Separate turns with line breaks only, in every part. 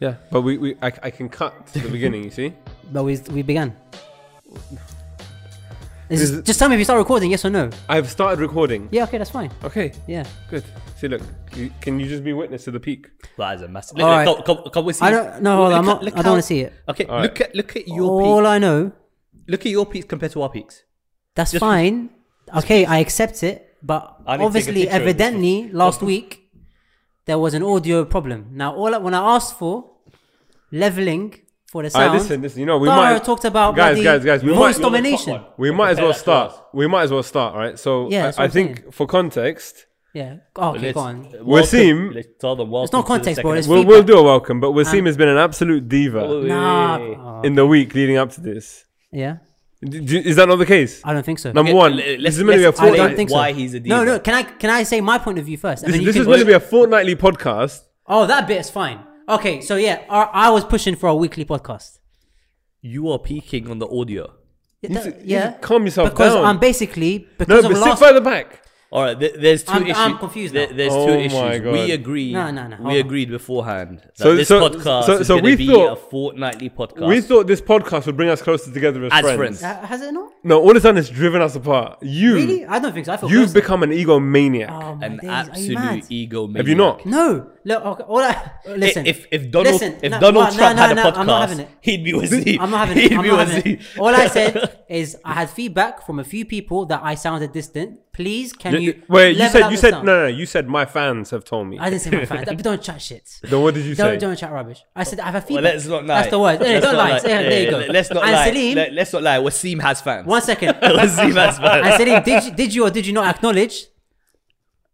Yeah, but we, we I, I can cut to the beginning. You see?
But we we began. This
Is
is-
it-
just tell me if you start recording, yes or no.
I've started recording.
Yeah, okay, that's fine.
Okay,
Yeah.
good. See, look, you, can you just be witness to the peak?
That is a massive.
All right.
Look, look, can, can we see?
I don't no, hold on,
Look
I'm
at-
not,
look
I don't
how-
want to see it.
Okay,
All
look at look at your
All
peak.
I know,
Look at your peaks compared to our peaks.
that's
Just-
fine. Okay, I accept it, but
I need to take a
obviously
picture of this.
evidently last week there was an audio problem. Now all I- when I asked for leveling for the
I
sound,
Uh, listen, listen. You know, we
Dara
might
talked about
guys,
bloody
guys, guys. We
voice
might,
you're the top
domination.
one.
we might as
Compare
well
that to us.
start. We might as well start, right? So
Yeah,
I-
that's
I,
what I'm
think
saying.
for context,
Yeah. Oh, okay, go on.
Wasim-
Let's tell them welcome
It's not
to the
context,
second
bro, it's
episode.
we'll,
Feedback. Um,
we'll do a welcome. But Wasim has been an absolute
Wait,
diva
wait,
Nah.
wait, wait, wait.
oh,
in the week leading up to this.
yeah.
D- d- is that not the case?
I don't think so.
Number
Okay,
one,
let's-
this is going to be a
let's
I
explain
fortnight.
don't think so.
why he's a
No,
diva.
no. Can I can I say my point of view first? and
This,
then you
this
can-
is going to be a fortnightly podcast.
Oh, that bit's fine. Okay, so yeah, I, I was pushing for a weekly podcast.
You are peaking on the audio.
Yeah,
You
that-
need to- you need to calm yourself
because
down.
I'm basically
No,
because
but
of
sit
last.
further back.
All right, th- there's 2
I'm-
issues.
I'm confused now.
There- there's two
Oh my
issues.
God.
We agreed.
No, no, no, hold
We
on.
agreed beforehand that
So-
this
so-
podcast
so-
is
so
going
we
to be
thought-
a fortnightly podcast.
We thought this podcast would bring us closer together as,
As friends.
Uh, has it not?
No, all it's done is driven us apart. You,
Really? I don't think so. I thought
you've
closer.
become an egomaniac.
Oh my
an
days, are you mad?
absolute ego.
Have you not?
No, e- look. Okay, all I, listen.
If if Donald
Listen,
if
no,
Donald
no,
Trump
no,
had a
no,
podcast,
I'm not having it.
he'd be Wasim.
I'm not having
He'd
it. I'm
be
not having it.
Wasim.
All I said is I had feedback from a few people that I sounded distant. Please, can
Y-
you?
Wait, you
level
said
up
you
the
said no,
sound?
no, no, you said my fans have told me.
I didn't say my fans. But don't chat shit.
Then what did you
Don't,
say?
don't chat rubbish. I said I have a feedback.
Well, let's not lie.
That's the word. Yeah,
Let's
don't
not
lie. Yeah,
Yeah,
there you
yeah,
go.
let- Let's not
and
lie.
Salim,
Let- Let's not lie. Wasim has fans.
one second.
Wasim has
and
fans.
Salim, did you, did you or did you not acknowledge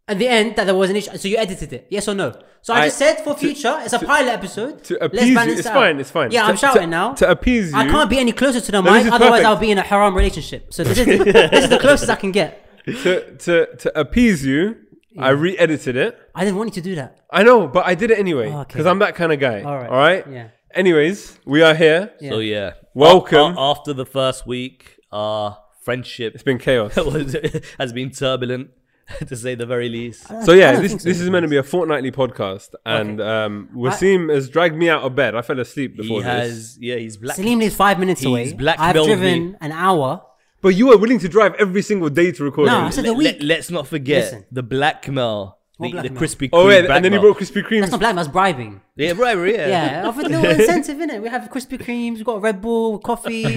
at the end that there was an issue? So you edited it, yes or no? So I,
I-
just said for future, it's a pilot episode.
to appease you,
balance
it's
it out.
fine, it's fine.
Yeah,
to,
I'm shouting
to,
now.
To appease you,
I can't be any closer to the
No, this is
mic, otherwise
perfect.
I'll be in a haram relationship. So this is this is the closest I can get.
to, to to appease you, I re-edited it.
I didn't want you to do that.
I know, but I did it anyway
Oh, okay.
because I'm that kind of guy.
All right.
All right.
Yeah.
Anyways, we are here.
Yeah.
So yeah,
Welcome.
A- a- After the first week, our friendship
It's been chaos.
was, has been turbulent, to say the very least.
So
I
yeah,
don't
this
think so.
this is meant to be a fortnightly podcast, and um, Wasim has dragged me out of bed. I fell asleep
He
before this.
has, yeah, he's black.
Salim lives five minutes
He's
away. I've
blackmailed
driven an hour.
But you were willing to drive every single day to record.
No,
it.
I said-
Let,
the week.
us not forget
Listen.
the blackmail, the,
What
the
blackmail?
Krispy Kreme.
oh wait, and then you
blackmail.
brought Krispy Kreme.
That's not black, that's bribing.
Yeah, bribery. Yeah.
Yeah, offered a little incentive in it. We have Krispy Kremes, we've got Red Bull, coffee.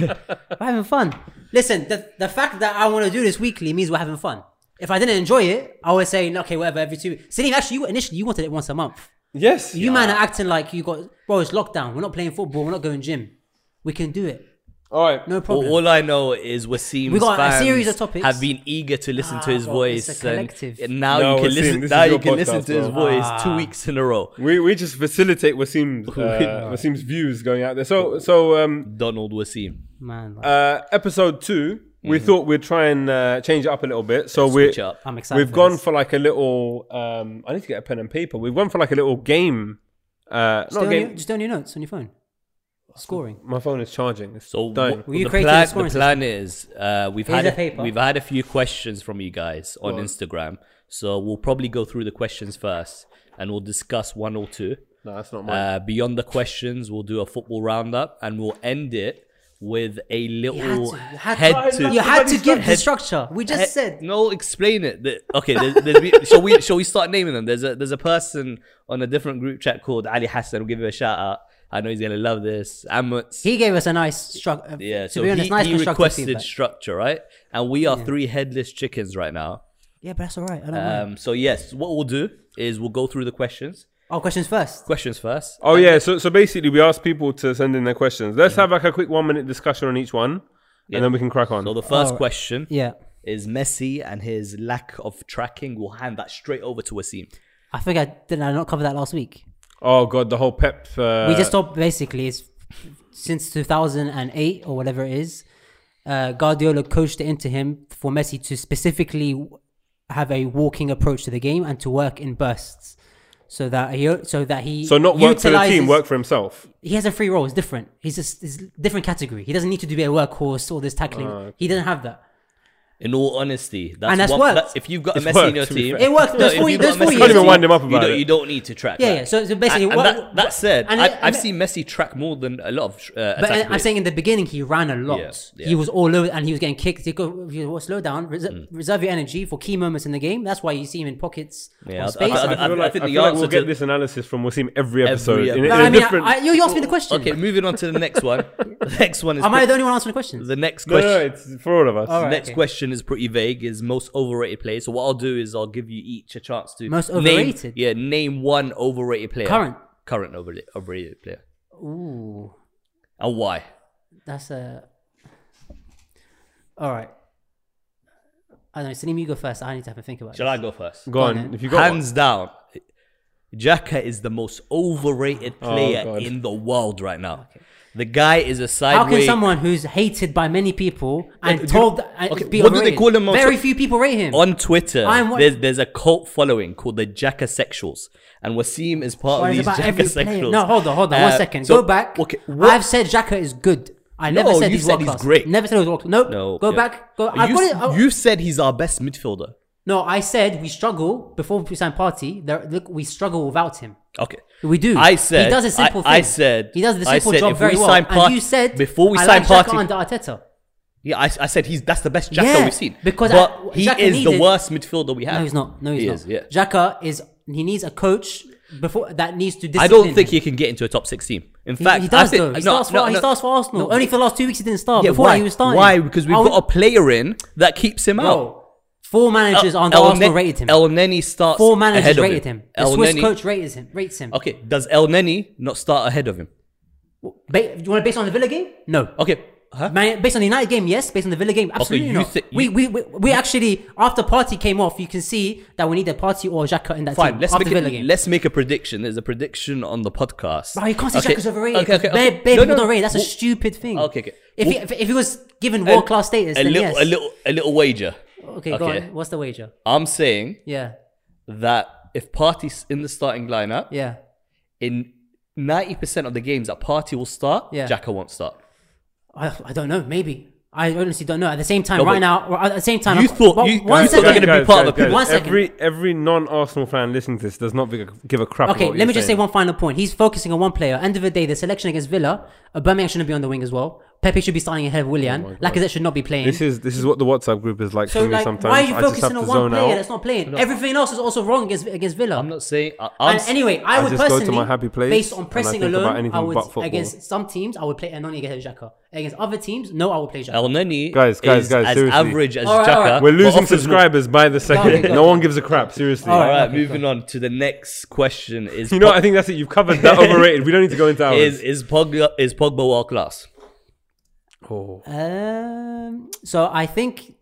we're having fun. Listen, the, the fact that I want to do this weekly means we're having fun. If I didn't enjoy it, I would say, okay, whatever, every two weeks. Salim, actually, you initially you wanted it once a month.
Yes,
You man are acting like you got, bro, it's lockdown. We're not playing football, we're not going gym. We can do it.
All right.
No
All,
problem.
all I know is Wasim's
We got a
fans
series of topics.
have been eager to listen to
Ah,
his
well, it's
voice,
a
and
collective.
and now
No,
you can
Wasim,
listen.
this
Now
is
you
your
can
podcast,
listen to his
bro.
voice
Ah.
two weeks in a row.
We, we just facilitate Wasim's uh, Wasim's views going out there. So so um
Donald Wasim.
man, like,
uh episode 2
Mm.
we thought we'd try and uh, change it up a little bit. So we
Switch up.
I'm excited.
we've
for
gone
this.
for like a little um I need to get a pen and paper. We've gone for like a little game. Uh
Just
not
do, on your,
game.
just do on your notes on your phone. Scoring.
My phone is charging. It's
So
dying.
what-
Were you
the,
creating
plan,
the scoring
the plan is uh, we've
Here's
had
a
a,
paper.
we've had a few questions from you guys on Instagram, so we'll probably go through the questions first, and we'll discuss one or two.
no, that's not mine.
Uh, beyond the questions, we'll do a football roundup, and we'll end it with a little
to, you had to.
head to.
You had to give the
Head-
structure. We just
He-
said.
Eh, No, explain it. The- okay, there's, there's be, shall we shall we start naming them? There's a there's a person on a different group chat called Ali Hassan. We'll give him a shout out. I know he's gonna love this. Amut's
He gave us a nice structure.
yeah.
to
So
be honest,
he,
nice
he
constructive
requested
feedback.
structure, right? And we are three headless chickens right now.
Yeah, but that's all right. I don't mind.
Um, so yes, what we'll do is we'll go through the questions.
Oh, questions first.
Questions first.
Oh yeah, so so basically we asked people to send in their questions. Let's have like a quick 1 minute discussion on each one and then we can crack on.
So the first
Alright.
question
Yeah.
is Messi and his lack of tracking. We'll hand that straight over to Wasim.
I think I did I not cover that last week.
oh god, the whole Pep uh,
we just stopped basically it's, since 2008 or whatever it is. Uh, Guardiola coached it into him for Messi to specifically w- have a walking approach to the game and to work in bursts, so that he so that he
So not work for the team,
utilizes-
work for himself.
he has a free role. It's
Oh,
different. He's a s- it's a different category. He doesn't need to do be a workhorse or this tackling. He doesn't have that.
In all honesty, that's
And that's
one,
worked.
that- if you've got a
It's
Messi in
worked,
your
to be
team,
fair. It
worked. There's
if
four-
you've
there's
got
four
Messi in
years.
Don't even
your
wind
team,
him up about
you
it.
Don't, you don't need to track.
Yeah,
that.
yeah. So, so basically,
and, and
what,
that, that's it.
and
I,
it-
I've
and-
seen Messi track more than a lot of. Uh,
But
attack
I- I'm
players.
saying in the beginning he ran a lot.
Yeah,
He
yeah.
was all over and he was getting kicked. He go, he was slow down, reserve,
Mm.
reserve your energy for key moments in the game. That's why you see him in pockets
Yeah,
on
I-
space.
I-
I,
I
feel like,
think
I
the
feel like
answer
we'll get
to-
this analysis from Wasim every episode.
Every
in, in
no,
a
I mean,
different,
I, you asked me the question.
Okay, moving on to the next one. the next one is
Am
pre-
I the only one answering the question?
the next
no,
question.
no, it's for all of us.
All right.
next
okay.
question is pretty vague. Is most overrated player. So what I'll do is I'll give you each a chance to
Most
name-
overrated?
yeah, name one overrated player.
Current.
current overrated, overrated player,
Ooh,
and why?
that's a. All right. I don't know. Salim, you go first. I need to have a think about
Shall
it.
I go first?
Go on.
on,
If you got
Hands down, Jacka is the most overrated player
Oh, God.
in the world right now. The guy is a sideways.
How can someone who's hated by many people and
do you-
told and
okay,
be
what do they
overrated-
call him on
Very
Twi-
few people rate him.
on Twitter,
I'm wa-
there's, there's a cult following called the Jackasexuals, and Wasim is part
Or
of
is it
these
about every player?
Jackasexuals.
No, hold on, hold on,
Uh,
one second.
so-
go back.
Okay, what-
I've said Xhaka is good. I never
No,
said
you
he's
said
world
he's
class.
great.
Never said he was world class. Nope.
no,
go
yeah.
back. Go. I've
you,
got it. oh. I-
you said he's our best midfielder.
no, I said we struggle before we sign Party. There, look, we struggle without him.
Okay.
We do.
I said.
he does a simple
I, I
thing.
said.
he does the
I
simple
said
job
if
very
we
well.
sign
and
Part-
you said
before we
I
sign
like Xhaka
party.
under Arteta.
Yeah, I, I said he's that's the best Jacker
Yeah,
we've seen.
because
but
I-
he
Xhaka
is the
needed-
worst midfielder we have.
No, he's not. No, he's
He
not.
is, yeah.
Xhaka is. He needs a coach before that needs to. Discipline
I don't think
him.
he can get into a top six team. In
He,
fact,
he does
I think,
though. He,
no,
starts for,
no,
he
no.
starts for Arsenal.
No.
Only for the last two weeks he didn't start.
Yeah,
Oh, Before
why?
that he was starting.
Why? Because we've
I
got a player in that keeps him out.
Bro, four managers on the
El
Arsenal
Nen-
rated him.
El Neni starts
four managers
ahead of
rated him. The
El
Swiss
Neni-
coach rates him. Rates him.
Okay, does El Neni not start ahead of him?
Ba- do you want to base on the Villa game? No.
Okay, huh?
Man, based on the United game, yes. Based on the Villa game, absolutely
Oh. you
not.
thi-
we,
you-
we, we we actually after party came off, you can see that we need a party or Xhaka in that
Fine,
team
let's
after
make,
the Villa
it,
game.
let's make a prediction. There's a prediction on the podcast.
Bro, you can't say
Okay,
Xhaka's overrated.
okay, okay,
Bare,
okay.
bare
No,
people
no,
don't rate. That's a
well,
stupid thing.
Okay, okay.
If, he,
Well-
if, if he was given world class status,
a
then
little,
yes.
a little, a little wager.
okay, go on. What's the wager?
I'm saying
Yeah,
that if Party's in the starting lineup,
yeah.
in 90% of the games that Party will start,
Yeah.
Jacka won't start.
I, I don't know. Maybe I honestly don't know. At the same time,
No, but
right now, or at the same time,
you
I'm-
thought-
well,
you-
one
you thought
second.
gonna be part of the-
One second.
Every every non-Arsenal fan listening to this does not be- give a crap.
Okay,
about what
let me
you're
just say
saying.
one final point. He's focusing on one player. End of the day, the selection against Villa, uh, Aubameyang shouldn't be on the wing as well. Pepe should be starting ahead of Willian. Lacazette should not be playing.
Oh This is this is what the WhatsApp group is like
so
for me
like,
sometimes.
why are you
I just have
focusing
to
on one
zone
player
out.
that's not playing? Everything else is also wrong against against Villa.
I'm not saying. I, I'm
and
s-
anyway, I,
I
would
just go to
personally,
my happy place
based on
and I
pressing
think about
alone,
anything
I would
but football.
against some teams I would play Anoni against Xhaka. Against other teams, no, I would play Xhaka.
El Neni
Guys, guys,
is
guys,
as
seriously.
average as
All right, all
Jacka.
right.
We're losing
but offers more.
subscribers by the second.
Okay, go.
no one gives a crap. Seriously.
All
All right,
Okay,
moving on to the next question. Is
You know,
Pog-
I think that's it. You've covered that overrated. We don't need to go into
is
ours.
is Pogba is Pogba world class?
Oh.
Um, so I think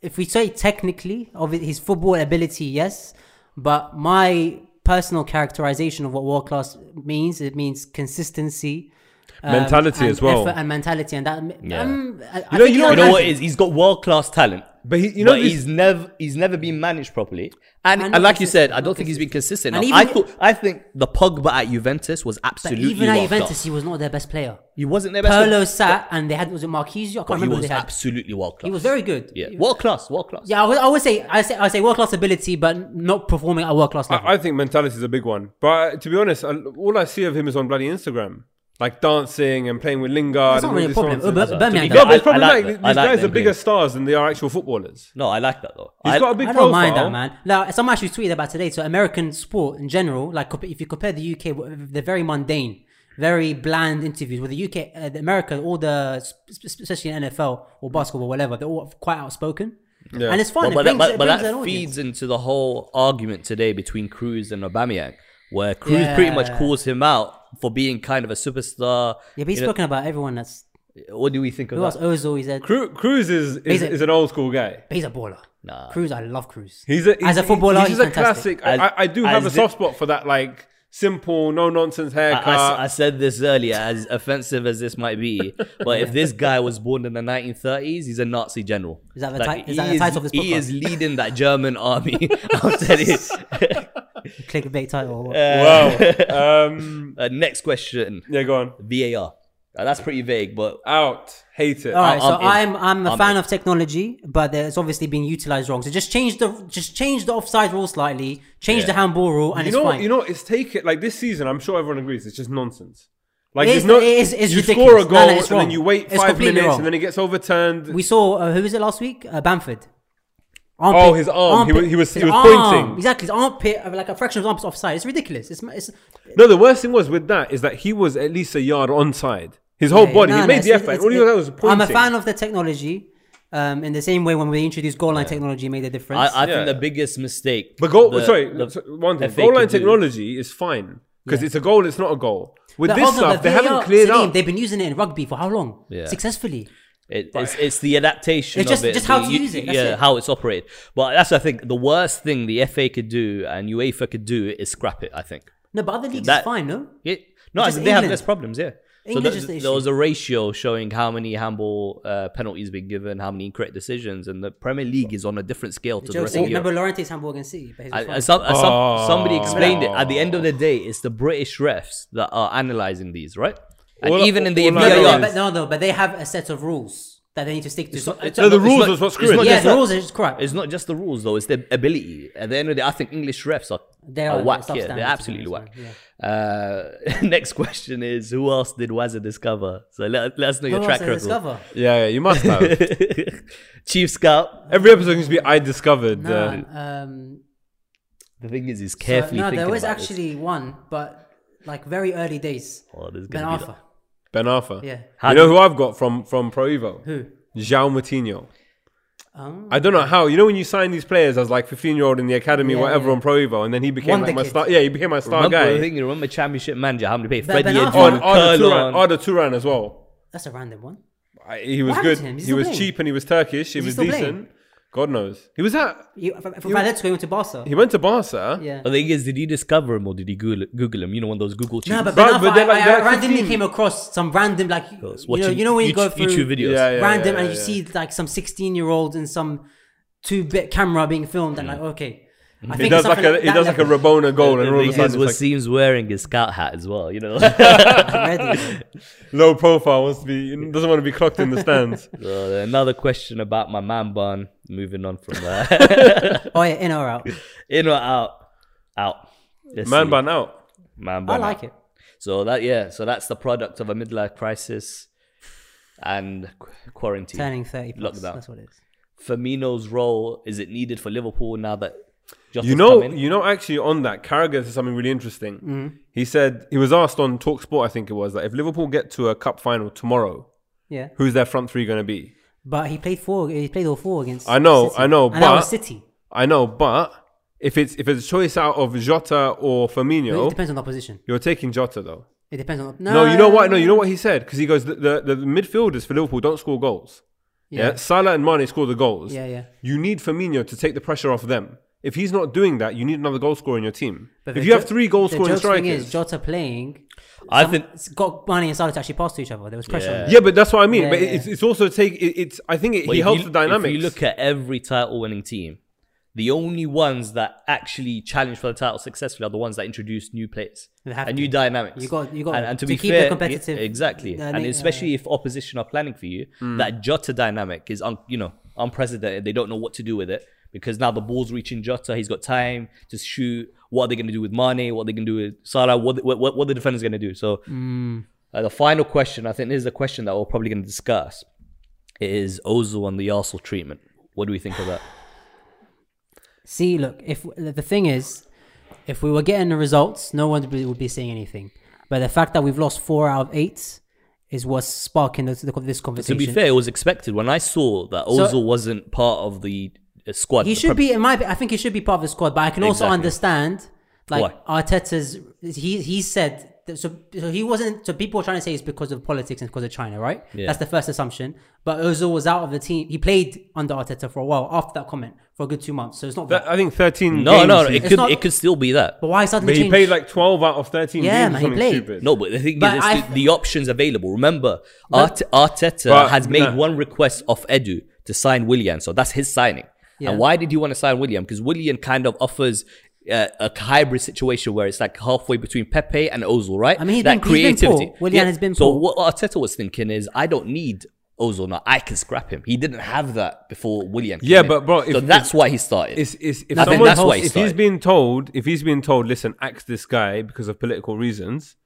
if we say technically of his football ability, yes, but my personal characterization of what world class means, it means consistency, um,
Mentality
and
as well.
effort and mentality, and that. Um, I, I
know-
think
you know
that
You know
has-
what it is he's got world class talent,
But he- you know
but
this-
he's never he's never been managed properly. And,
And
and like you
consistent,
said, I don't think he's been consistent.
And
enough. I
even-
thought I think the Pogba at Juventus was
but
absolutely
even at
world
Juventus,
class.
he was not their best player.
He wasn't their best.
Perlo
player,
sat, and they had was it Marquisio? I can't
but he
remember who
was
they had.
absolutely world class.
He was very good.
yeah,
He-
world class, world class.
Yeah, I would, I would say I say I say world class ability, but not performing at world class level.
I, I think mentality is a big one. But uh, to be honest, I, all I see of him is on bloody Instagram, like dancing and playing with Lingard.
That's not
and
really
all
a
this
problem.
nonsense.
Aubame- Aubameyang
Uh, be
No,
does.
but it's
I- I
probably
like
like,
them.
these
I like
guys are
them
bigger
playing.
stars than they are actual footballers.
No, I like that though.
He's
I,
got a big
I don't
profile.
mind that, man. Now, someone actually tweeted about today. So, American sport in general, like compa- if you compare the UK, w- they're very mundane, very bland interviews. With the UK, uh, the America, all the sp- sp- especially in NFL or basketball, or whatever, they're all quite outspoken,
Yeah.
and it's fun.
But,
it
but,
brings,
that,
it
but, but
brings
that
an audience.
feeds into the whole argument today between Cruz and Aubameyang, where Cruz pretty much
Yeah.
calls him out for being kind of a superstar.
Yeah, but he's
You know,
spoken about everyone that's
what do we think of
who else?
that?
Ozil, he's a
Cru- Cruz is is,
He's a-
is an old school guy.
but he's a baller.
Nah.
Cruz, I love Cruz.
He's a, he's-
as a footballer, he's,
He's, a
fantastic.
classic. I,
As-
I- I do have a
as
soft spot for that, like simple, no nonsense
I,
haircut.
I s- I said this earlier, as offensive as this might be, but if this guy was born in the 1930s, he's a Nazi general.
Is that the
Like,
ti- is that
he
the title of this
He
podcast?
is leading that German army. I'll tell you.
Clickbait title. Or what?
wow. um,
Uh, next question:
yeah, go on.
VAR. Uh, that's pretty vague, but
Out. Hate it.
All right, so
I'm in.
I'm I'm a
I'm
fan of technology, but it's obviously being utilized wrong. So just change the just change the offside rule slightly, change the handball rule, and
you
it's
know,
fine.
you know, it's taken like this season. I'm sure everyone agrees. It's just nonsense. Like
It
there's
is-
no,
it is- it's
you
ridiculous.
score a
No, no,
goal and
it's
then
wrong.
you wait
It's
five
completely
minutes
wrong.
and then it gets overturned.
we saw uh, who was it last week? Uh, Bamford.
Oh, his arm. He was- he was- he
his
was
arm.
pointing.
Exactly, his armpit, uh, like a fraction of his armpit's offside. It's ridiculous. It's, it's
no, the worst thing was with that is that he was at least a yard onside. His whole body,
No,
he
no,
made the
it's-
effort.
it's-
All he
it-
was was pointing.
I'm a fan of the technology. Um, in the same way, when we introduced goal line technology, it made a
I,
difference.
I
Yeah.
think the biggest mistake.
But goal,
the-
sorry,
the
so- one thing.
FA
Goal line
could do-
technology is fine because
Yeah.
it's a goal. It's not a goal. With
But
this
hold on,
stuff,
but
they
VAR
haven't cleared
Salim,
up.
They've been using it in rugby for how long?
Yeah.
Successfully.
It, it's, it's the adaptation.
It's just-
of it,
just how
the-
to
you-
use it, that's
Yeah,
it.
how it's operated. But that's I think the worst thing the FA could do and UEFA could do is scrap it. I think.
No, but other leagues
That-
is fine, no?
Yeah. No, I
Just
think they have
England.
less problems. Yeah.
England
so th-
is the
there was
issue.
a ratio showing how many handball uh, penalties been given, how many incorrect decisions, and the Premier League is on a different scale to the
Jokes,
rest of Europe.
remember Laurente's Hamburg and City. But his was
And-
fine.
and some, and some, somebody
Oh.
explained it. At the end of the day, it's the British refs that are analysing these, right? And
All I-
even in the
all I
No,
know
no,
Yeah,
no,
yeah.
but
VAR,
no, no, but they have a set of rules that they need to stick to. So,
it's
so-
No, the
It's
rules
not-
is what's
it's
screwing.
not
them.
yeah,
just
the
that.
rules are just crap.
it's not just the rules though; it's their ability. At the end of the day, I think English refs are
They
are
are
whack. Yeah,
substandard
they're absolutely
as well,
whack. Uh, next question is: Who else did Wazza discover? So let, let us know
Who
your
else
track
did
record.
Discover?
Yeah, yeah, you must have.
Chief Scout.
Every episode needs to be I discovered.
No,
uh,
um,
The thing is, he's
so-
carefully
no,
thinking
there was
about this.
actually one, but like very early days.
Oh, there's
Ben
gonna be
Arfa.
Ben Arfa.
Yeah.
You know who I've got from from Pro Evo?
Who?
João Moutinho.
Um,
I don't know how. You know when you sign these players as like 15 year old in the academy,
Yeah,
whatever
yeah.
on Pro Evo, and then he became
Wonder
like my
kid.
star. Yeah, he became my
that.
star
Remember, I
Oh, guy.
think you remember championship manager how many paid
Ben-
Freddie
Ben
Edu,
Arfa.
Oh, and Arda Turan,
Curlon.
Arda Turan as well.
that's a random one.
I, he was
What happened
good.
to him?
He
Is he still
was
playing?
cheap and he was Turkish. He
he
was
still
decent.
playing?
God knows. He was at.
You, from from Atletico, he went to Barca.
He went to Barca.
yeah.
The thing is, did you discover him or did you Google, Google him? You know, one of those Google cheats.
No, but,
Bro,
Ben Arfa,
but they're
I,
like-
I
they're
randomly
15.
came across some random like you
videos,
know, you know when you go through
YouTube videos.
Yeah, yeah,
random
yeah,
and
yeah,
you
yeah.
see like some 16 year old and some two bit camera being filmed and like okay I
Mm. He
think
does
it's
like
something
a he
that
does like a
level
Rabona goal, and
The
all of a
thing is,
sudden
was
it's like
seems wearing his scout hat as well. You know,
already.
low profile wants to be doesn't want to be clocked in the stands.
So, another question about my man bun. Moving on from there,
oh yeah in or out
in or out, out. Let's
Man
see.
bun out.
man
I
bun. out.
like it
So that yeah, so that's the product of a midlife crisis and qu- quarantine.
turning 30 plus
Lockdown.
that's what it is
Firmino's role is it needed for Liverpool now that Jota's
You know,
come in?
you know. Actually, on that, Carragher said something really interesting.
Mm-hmm.
He said he was asked on Talk Sport, I think it was, that if Liverpool get to a cup final tomorrow,
yeah
who's their front three going to be?
but he played four he played all four against
I know,
City.
I know,
and that was
but-
City
I know, but if it's if it's a choice out of Jota or
it
Firmino,
depends on the opposition
you're taking Jota though.
it depends on
No, you know what? No, you know what he said because he goes the, the the midfielders for Liverpool don't score goals. Yeah. Salah and Mane score the goals.
Yeah, yeah.
You need Firmino to take the pressure off them. If he's not doing that, you need another goal scorer in your team.
the
if you have
jo-
three goal
the
scoring
joke thing
strikers,
is Jota playing
I
some-
think
it's got Mane and Salah to actually pass to each other there was pressure on
Yeah.
them.
yeah, but that's what I mean.
Yeah,
but
yeah,
it's, it's also take it, it's. I think it, he helps the dynamics.
If you look at every title-winning team, the only ones that actually challenge for the title successfully are the ones that introduce new players
They have
and
to.
new dynamics.
You got- you got-
and, and
to
to, be
keep
fair,
it competitive,
yeah, exactly,
uh,
and
uh,
especially if opposition are planning for you, that Jota dynamic is un, you know unprecedented. They don't know what to do with it because now the ball's reaching Jota. He's got time to shoot. What are they going to do with Mane? What are they going to do with Salah? What what what, what the defenders going to do? So.
Mm.
Uh, the final question, I think this is a question that we're probably going to discuss, is Ozil and the Arsenal treatment. What do we think of that?
See, look, if the thing is, if we were getting the results, no one would be, would be saying anything. But the fact that we've lost four out of eight is what's sparking this, this
to
conversation.
be fair, it was expected. When I saw that Ozil wasn't part of the uh, squad,
he
the
should
Prem-
be. In my, I think he should be part of the squad. But I can also
Exactly.
understand, like Arteta's. He he said that, so. So he wasn't. So people are trying to say it's because of politics and because of China, right?
Yeah.
That's the first assumption. But Ozil was out of the team. He played under Arteta for a while after that comment for a good two months. So it's not.
That-
that,
I think thirteen.
No,
games
no, no.
he-
It could
not-
it could still be that.
but why suddenly
but he
change?
played like twelve out of thirteen. games
Yeah,
or
man, he
something
played.
stupid.
No, but the thing
But
is,
I
it's
th-
the, the options available. Remember, Art- Arteta
But-
has made
no.
one request off Edu to sign Willian, so that's his signing.
Yeah.
And why did he want to sign Willian? Because Willian kind of offers uh, a hybrid situation where it's like halfway between Pepe and Ozil, right?
I mean, he's been- he's been poor. Willian has been
so
poor.
what Arteta was thinking is, I don't need Ozil now. I can scrap him. He didn't have that before William.
Yeah, but bro,
so
if-
that's why he started.
It's, it's, if
I think
someone,
that's why he
if he's
started.
being told, if he's being told, listen, axe this guy because of political reasons,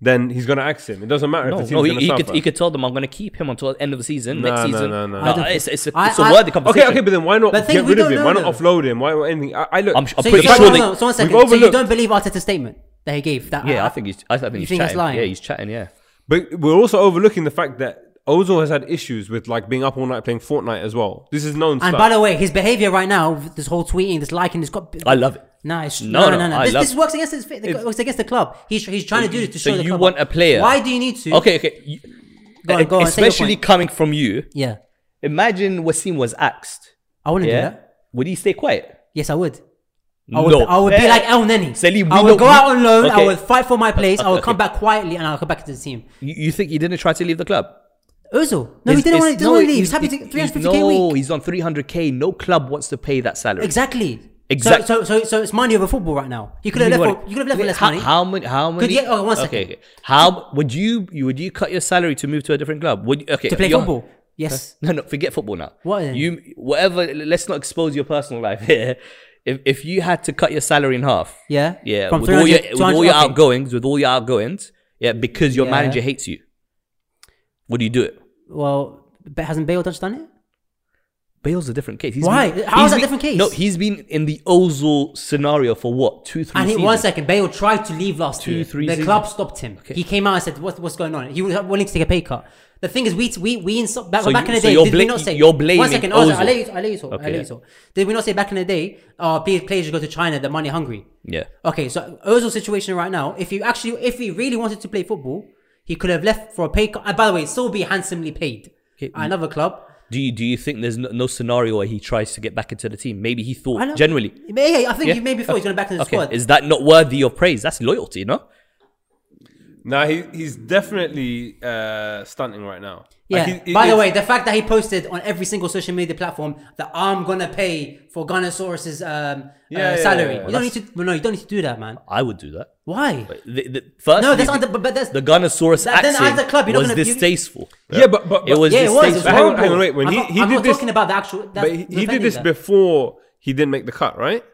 then he's gonna axe him. It doesn't matter
no,
if the
no,
team's
he,
gonna
he
suffer.
could he could tell them I'm going to keep him until the end of the season,
No,
next
no,
season. Uh,
no, no.
I don't-
it's, it's, a,
I-
it's a
I-
worthy conversation.
Okay, okay, but then why not
But things
get
we
rid of
don't
him?
know,
Why not
though.
offload him? Why not anything? I, I look.
I'm sh- I'm
So,
pretty
you,
sure
no,
they-
no, so one second.
we've
So you
overlooked-
don't believe Arteta's statement that he gave? That
yeah, I think he's I I think he's
think he's
chatting.
lying?
Yeah, he's chatting. Yeah,
But we're also overlooking the fact that Ozil has had issues with like being up all night playing Fortnite as well. This is known
And
stuff.
by the way, his behavior right now, this whole tweeting, this liking, this got.
I love it.
Nah, it's,
No,
no, no, no,
no, I
This,
love-
this works against his, it works against the club. He's he's trying to do this to
So
show the
you
club
want
up.
a player-
Why do you need to?
Okay, okay. You-
Go on, go on, say your
especially
point.
coming from you.
Yeah,
Imagine Wasim was axed.
I wouldn't do
Yeah,
that.
would he stay quiet?
Yes, I would. I would,
no,
I would be
Eh,
like "Oh, El Nenny.
Salim, we
I would
know-
go out on loan. I
Okay.
would fight for my place. I would
Okay,
come
okay.
back quietly, and I'll come back into the team.
You, you think he didn't try to leave the club?
Ozil, no, he
It's-
didn't want
it's-
to. Doesn't
no,
want to leave. He's
he-
happy to
he-
350k a
No,
week.
he's on 300k. No club wants to pay that salary.
Exactly.
Exact-
So, so, so, so it's money over football right now. You could have
You
left.
know
for-
what-
you could have left for less
how,
money.
How many? How many?
you- oh, one
okay,
second.
okay. How would you, you? Would you cut your salary to move to a different club? Would you- okay
to play
you're-
football? Yes.
No, no. Forget football now.
What then?
You whatever. Let's not expose your personal life here. If if you had to cut your salary in half,
Yeah.
yeah,
From
with all your
300
with all your
200, okay.
outgoings, with all your outgoings, yeah, because your
Yeah.
manager hates you. Would you do it?
Well, but hasn't Bale just done it?
Bale's a different case. He's
Why?
Been,
How is
he's
that
been-
different case?
No, he's been in the Ozil scenario for what two, three.
And he,
seasons?
one second, Bale tried to leave last
Two,
year.
three
the
seasons.
club stopped him. He came out and said, what, "What's going on?" He was willing to take a pay cut. The thing is, we we we in, so- back,
So
back
you-
in the
so
day,
you're
did we
bla-
not say?
you're
One
blaming
second, Ozil. I
Ozil.
let you, I let you talk. I
Okay.
let you talk. Did we not say back in the day, uh, players players should go to China, they're money hungry?
Yeah.
Okay, so Ozil's situation right now, if you actually, if he really wanted to play football, he could have left for a pay cut. And by the way, still be handsomely paid
Okay.
at another club.
Do you do you think there's no, no scenario where he tries to get back into the team? Maybe he
I
thought
don't-
generally.
Yeah, yeah, I think
Yeah?
you maybe thought he's going back in the
Okay,
squad.
is that not worthy of praise? That's loyalty, no?
Nah, he, he's definitely uh, stunting right now.
Yeah.
Like, he- he-
By the
it's-
way, the fact that he posted on every single social media platform that I'm gonna pay for Ganosaurus's um,
Yeah,
uh,
yeah,
salary,
yeah.
you don't need to. well, No, you don't need to do that, man.
I would do that.
Why?
The, the, first,
No, that's
the,
under. But, but that's
the Gunosaurus
That- then
axing
as a club, you're not
was
gonna- you-
distasteful.
yeah, but, but,
It
but-
was
yeah, it was. It was
But hang on,
horrible.
hang on, wait, when
I'm
he-
not,
he
I'm
did
not
this-
talking about the actual. That,
but he, he did this
before.
before he didn't make the cut, right?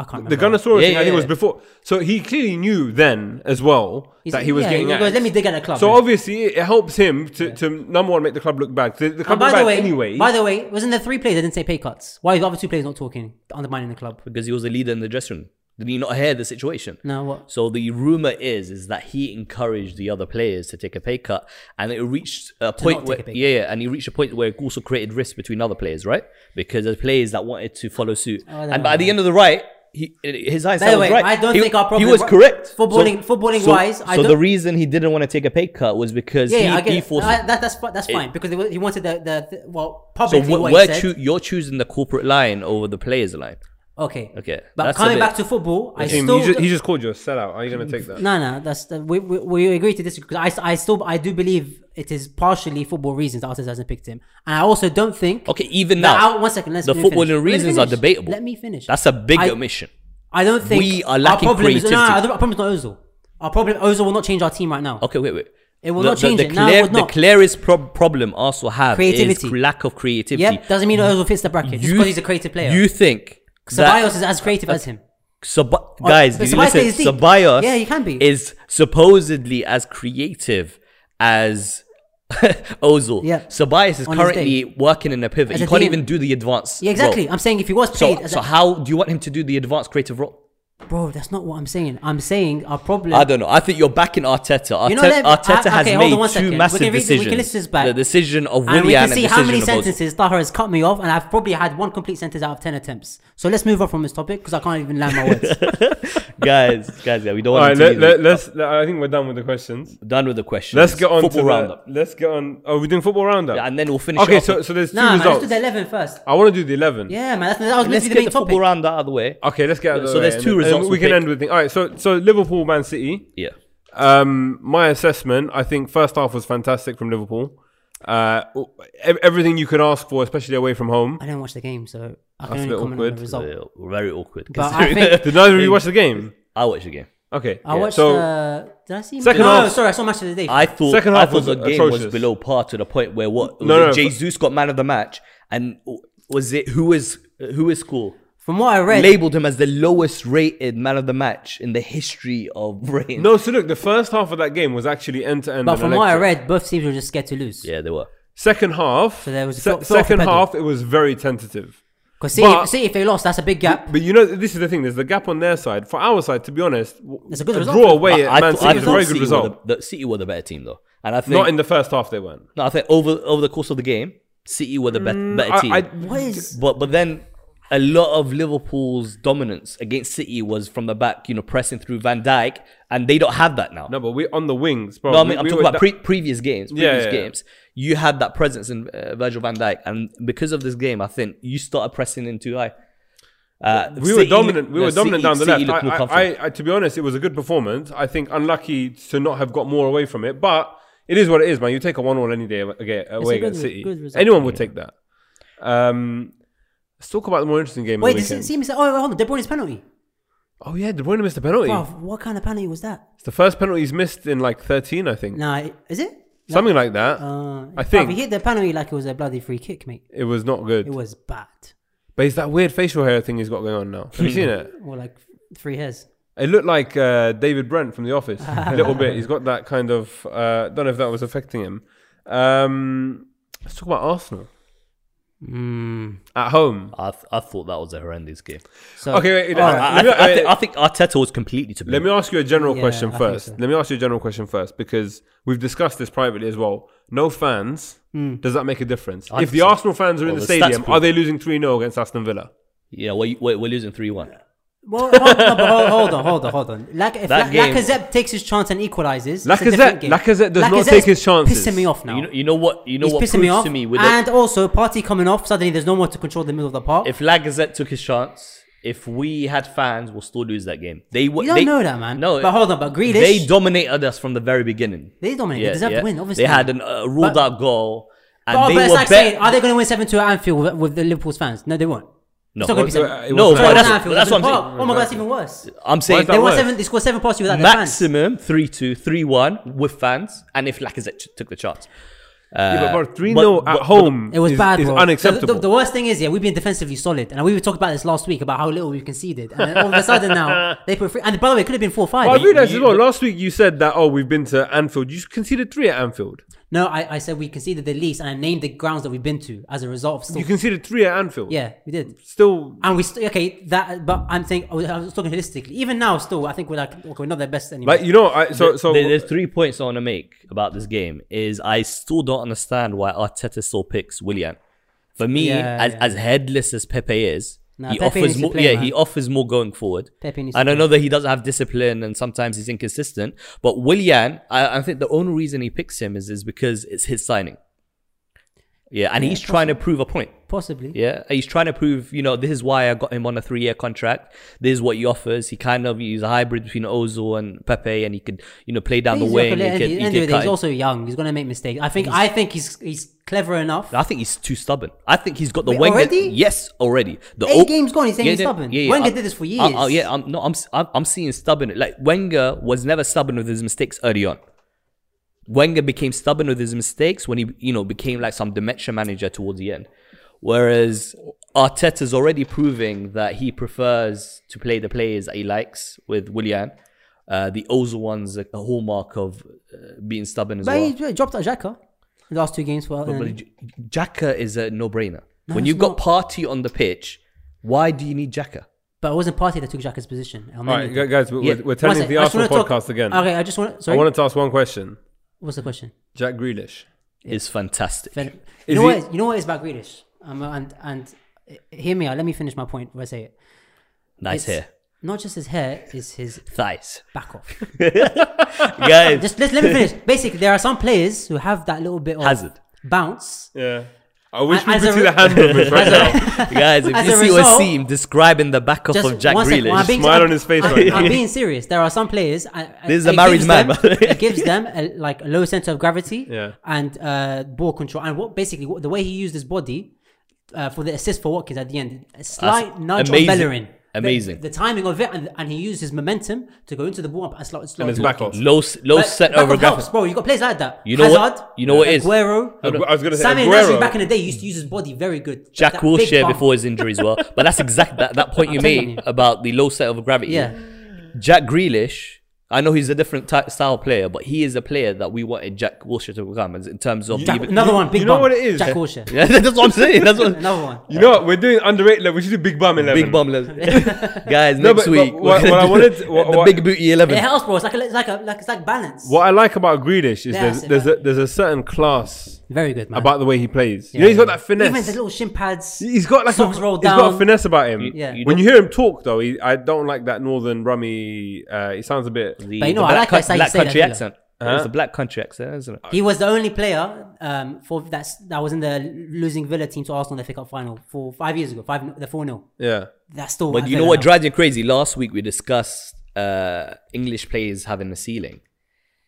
I can't remember.
The Gunosaurus
Yeah,
thing, I think,
yeah,
was
yeah.
before. So he clearly knew then as well
He's-
that he was
yeah,
getting
he goes,
axed.
"Let me dig at the club,
So
yeah."
obviously, it helps him to, to number one make the club look bad. The, the
And
club
by
look
the
bad
way,
anyway.
by the way, wasn't there three players that didn't say pay cuts? Why are the other two players not talking, undermining the club?
because he was the leader in the dressing room. Did you not hear the situation?
No, what?
So the rumor is is that he encouraged the other players to take a pay cut, and it reached a point
take
where
a pay
yeah, yeah, and he reached a point where it also created risk between other players, right? Because there's players that wanted to follow suit,
Oh, I don't
and
know.
by the end of the right, he his
By
hindsight
the
was
way,
right.
I don't
he,
think our problem
he was
wa-
correct.
footballing- footballing
so,
wise,
So
I
the
don't-
reason he didn't want to take a pay cut was because
Yeah,
he,
yeah, I get
he
it.
forced.
I- that, that's fi- that's fine because he wa- he wanted the the, the well publicly.
so wh-
what he
we're
said.
choo- you're choosing the corporate line over the players' line.
Okay.
Okay,
But
that's a
coming
bit-
back to football, I
Him,
still
he, just, he just called you a sellout. Are you going to take that?
no no that's the, we, we we agree to disagree. 'cause I I still I do believe it is partially football reasons that Arteta hasn't picked him, and I also don't think.
Okay, even
No,
now,
I- one second. Let's
the
let me finish.
footballing
Let me
reasons are
finish.
debatable.
Let me finish.
that's a big
I-
omission.
I don't think
We are lacking
our problem Is, no, no,
creativity.
our problem is not Ozil. Our problem Ozil will not change our team right now.
Okay, wait, wait.
It will not change it. No, it would
the
not.
clearest prob- problem also have
Creativity.
is lack of creativity.
Yep, doesn't mean Ozil fits the bracket just
E. You-
because he's a creative player.
You think
Ceballos
that
is as creative as him.
Sab- guys?
but
you
Ceballos
listen,
plays deep.
Ceballos
Yeah, he can be.
is supposedly as creative as Ozil.
Yeah.
Ceballos is
On his
currently working in a pivot.
As
he
a
can't
DM.
even do the advanced.
Yeah, exactly.
role.
I'm saying if he was paid,
So,
as
so
a,
how do you want him to do the advanced creative role?
bro, that's not what I'm saying. I'm saying our problem.
I don't know. I think you're backing Arteta. Arteta,
You know, let-
Arteta
I-
has
okay, hold on
made
one
two
second. We can read-
massive
we can
decisions.
listen to this back.
The decision of Willian
and we can see
and the
how many
decision of Ozil.
sentences Tahar has cut me off, and I've probably had one complete sentence out of 10 attempts. So let's move on from this topic because I can't even land my words.
guys, guys, yeah, we don't
All right,
want to
let,
leave
let,
it.
us I think we're done with the questions.
done with the question.
Let's get on
football
to the-
roundup,
Let's get on. Oh, we're doing football roundup.
and then we'll finish.
okay,
it
so
off.
so there's two
nah, man, let's
results.
do the 11 first.
I want to do the eleven.
Yeah, man, that's, that was
let's
literally
get
the
the
main
football
topic.
round out of the way.
Okay, let's get. Out of the
So
way
there's
and
two
then- and
results
We
we'll
can
pick.
end with thing. All right, so so Liverpool, Man City.
Yeah,
Um, my assessment, I think first half was fantastic from Liverpool. Uh, ev- everything you could ask for, especially away from home.
I didn't watch the game, so I can
That's a
only
bit
comment on
awkward.
the result.
Uh, very awkward.
But I
considering-
think-
Did neither of you watch the game?
I watched the game.
Okay.
I watched.
So
uh, did I see?
Second
no,
half-
no, sorry, I saw match of the day.
I thought
Second
I
half
thought
was
the game was
atrocious.
below par to the point where what
No,
was it
no, no.
Jesus got man of the match and was it who is who is cool
From what I read,
labeled him as the lowest rated man of the match in the history of rating.
no, so look, the first half of that game was actually end to end.
but from what I read, both teams were just scared to lose.
Yeah, they were.
second half,
So there was a
se-
fo- fourth
second
pedal.
half, it was very tentative.
Because see,
But-
if, see, if they lost, that's a big gap.
But you know, this is the thing. There's the gap on their side. For our side, to be honest, w-
It's a good result.
draw away at
I,
Oh, Man
thought-
City is a
thought
very
City
good result.
Were the, the City were the better team though, and I think
Not in the first half, they weren't.
no, I think over over the course of the game, City were the bet- better team.
Mm, I, I,
What is?
But but then a lot of Liverpool's dominance against City was from the back, you know, pressing through Van Dijk, and they don't have that now. No,
no, but we're on the wings, bro.
I
We-
mean, I'm
we
talking
were
about
da-
pre- previous games.
Yeah,
Previous
yeah, yeah.
games, you had that presence in uh, Virgil Van Dijk, and because of this game, I think you started pressing in too high. Uh,
We were
City-
dominant. We
no,
were dominant
City-
down the
City
left.
looked more
I, I,
confident.
I, I, to be honest, it was a good performance. I think unlucky to not have got more away from it, but it is what it is, man. You take a one-all any day aga- away
good
against
re-
City.
good result.
Anyone would take that. Um, let's talk about the more interesting game. of
Wait,
the
did
weekend.
see him say? Oh, hold on, De Bruyne's penalty.
oh yeah, De Bruyne missed a penalty.
Wow, what kind of penalty was that?
It's the first penalty he's missed in like 13, I think,
Nah, is it?
something like that.
Uh,
I
bruv, he
think
hit the penalty like it was a bloody free kick, mate.
it was not good.
It was bad.
But it's that weird facial hair thing he's got going on now. Have you seen it?
Or like three hairs.
It looked like uh, David Brent from The Office a little bit. He's got that kind of. Uh, don't know if that was affecting him. Um, let's talk about Arsenal
Hmm.
at home.
I, th- I thought that was a horrendous game.
So
Okay, wait.
all
uh,
right.
I,
let, me,
I, thi-
uh,
I think Arteta was completely to blame.
let me ask you a general
Yeah,
question
I think
first.
so.
Let me ask you a general question first because we've discussed this privately as well. No fans.
Hmm.
Does that make a difference? If the
100%.
Arsenal fans are in
Well,
the
the stats
stadium,
prove
are they losing 3 0 against Aston Villa?
yeah, we're, we're, we're losing three one.
Well, hold, no, but hold, hold on, hold on, hold on. Lac- if Lac-
That game-
Lacazette takes his chance and equalizes, it's a
Lacazette-
different game.
Lacazette does not take his chances.
Pissing me off now.
You know, you know what? You know
He's
what
pissing me
proves
off.
to me with the,
and also, party coming off. Suddenly, there's no one to control the middle of the park.
if Lacazette took his chance, if we had fans, we'll still lose that game. They
you don't know that, man.
No,
but hold on. But Grealish,
they dominated us from the very beginning.
They dominated. They deserved to win, obviously.
they had a uh, ruled out goal, and
Oh,
they
but it's
were
like
bet-
saying, are they going to win seven two at Anfield with, with the Liverpool's fans? No, they won't.
No,
It's not going to be
Well,
seven.
it
no,
was-
Sorry,
but
not
that's,
Anfield,
but that's what I'm
Liverpool
saying.
Park. Oh my god, that's even worse.
I'm saying
is that
They won
worse?
seven. They scored seven points without their fans.
maximum 3-2, 3-1 with fans, and if Lacazette took the chance.
yeah,
Uh,
but 3 0
but-
at
but-
home
It was
is,
bad.
is
bro.
unacceptable.
The, the- the worst thing is, yeah, we've been defensively solid, and we were talking about this last week about how little we've conceded, and then all of a sudden now they put three. And by the way, it could have been four
Well,
five.
I realised as
you-
well. Last week you said that oh we've been to Anfield. You conceded three at Anfield.
No, I, I said we conceded the least, and I named the grounds that we've been to as a result of. Still,
You conceded three at Anfield.
yeah, we did.
Still,
And we st- okay that, but I'm saying I was, I was talking holistically. Even now, still, I think we're like okay, we're not their best anymore.
like you know. I, so so
there- there's three points I want to make about this game. Is I still don't understand why Arteta still picks Willian. For me,
Yeah,
as,
yeah.
as headless as Pepe is,
Nah,
he
Pepe needs
offers
to
more.
play,
yeah,
man.
he offers more going forward.
Pepe needs to
and I
play.
know that he doesn't have discipline, and sometimes he's inconsistent. But Willian, I, I think the only reason he picks him is is because it's his signing. Yeah, and he's trying to prove a point.
possibly.
Yeah, he's trying to prove, you know, this is why I got him on a three-year contract. This is what he offers. He kind of he's a hybrid between Ozil and Pepe, and he could, you know, play down
He's
the wing.
okay,
He
at
could,
the end
he could
of the day,
cut
he's
in.
also young. He's gonna make mistakes. I think. I think he's he's clever enough.
I think he's too stubborn. I think he's got the
Wait,
Wenger.
already?
Yes, already. The
Eight games gone, he's saying he's stubborn. Wenger
I'm-
did this for
I-
years.
I- yeah, I'm no, I'm, s- I'm I'm seeing stubborn. Like Wenger was never stubborn with his mistakes early on. Wenger became stubborn with his mistakes when he, you know, became like some dementia manager towards the end. Whereas Arteta's already proving that he prefers to play the players that he likes with Willian. Uh, the Ozil one's a, a hallmark of uh, being stubborn as
But
well.
he dropped out Xhaka in the last two games for.
But, but J- Jacka is a no-brainer. when
it's
you've got
not.
Party on the pitch, why do you need Jacka?
But it wasn't Party that took Xhaka's position.
all right, gu- guys, we're, we're turning to the
I just
Arsenal
wanna
podcast
talk-
again.
Okay, I just want to.
I
Sorry,
wanted to ask one question.
what's the question?
Jack Grealish.
Is fantastic.
Fed-
Is
you know
he-
what? You know what is about Grealish? Um, and and uh, hear me out. Let me finish my point. Where I say it.
nice
It's
hair,
Not just his hair is his
thighs,
back off.
guys.
just let, let me finish. Basically, there are some players who have that little bit of
Hazard.
bounce,
Yeah. I wish we
As
could
a
see
re-
the hand movements right now.
Guys, if
As
you
a
see
result-
Wasim describing the back off
Just
of Jack
one second,
Grealish,
I'm being-
Smile on his face
I'm,
right
I'm
now.
being serious. There are some players. I- I-
This is a
it
married
gives
man,
them-
by the way.
it gives them a, like a low center of gravity
Yeah.
and uh, ball control. And what basically what, the way he used his body uh, for the assist for Watkins at the end, a slight nudge
amazing.
on Bellerin. The-
Amazing.
The, timing of it, and, and he used his momentum to go into the ball and slot slot
And his
to
back
Watkins.
off.
low, s- low
But
set
back
over
off helps,
graphics.
bro. You got players like that.
You know what-
Hazard,
you know what is?
Aguero.
I was going to say
Sammy
Aguero.
Nasri back in the day used to use his body very good.
Jack
That
will
big
share
bump.
before his injury as well. But that's exact that, that point you
I'm telling
made
you.
about the low set of gravity.
Yeah.
Jack Grealish, I know he's a different ty- style player, but he is a player that we wanted Jack Wilshere to become as- in terms of.
Jack,
the-
another one. Big
you know
bump.
what it is?
Jack Wilshere.
yeah, that's what I'm saying. That's what.
Another one.
You know what? We're doing underrated level. We should do big bum eleven.
Big bomb level. Guys,
No, but-
next
but
week.
what-
we're gonna
what I
do
wanted-
the-
what-
the
what-
big booty 11.
It helps, bro. It's like a, it's like a, like it's like balance.
What I like about Greedish is there's
That's
there's a,
it.
there's a certain class
Very good, man.
about the way he plays. you know, he's got that finesse.
Even the little shin pads.
He's got like a,
socks rolled
he's
down.
got a finesse about him.
Yeah. you
when you hear him talk though, he, I don't like that northern rummy. Uh, he sounds a bit.
The-
But you know,
the
I
black
like how you
coun-
say- you
black
say that,
country
you know.
accent. It's a black country accent, isn't it?
He was the only player um, for that's that was in the losing Villa team to Arsenal in the FA Cup final for five years ago. Five the four 0
Yeah,
That's still.
But you know what drives you crazy? Last week we discussed uh, English players having a ceiling,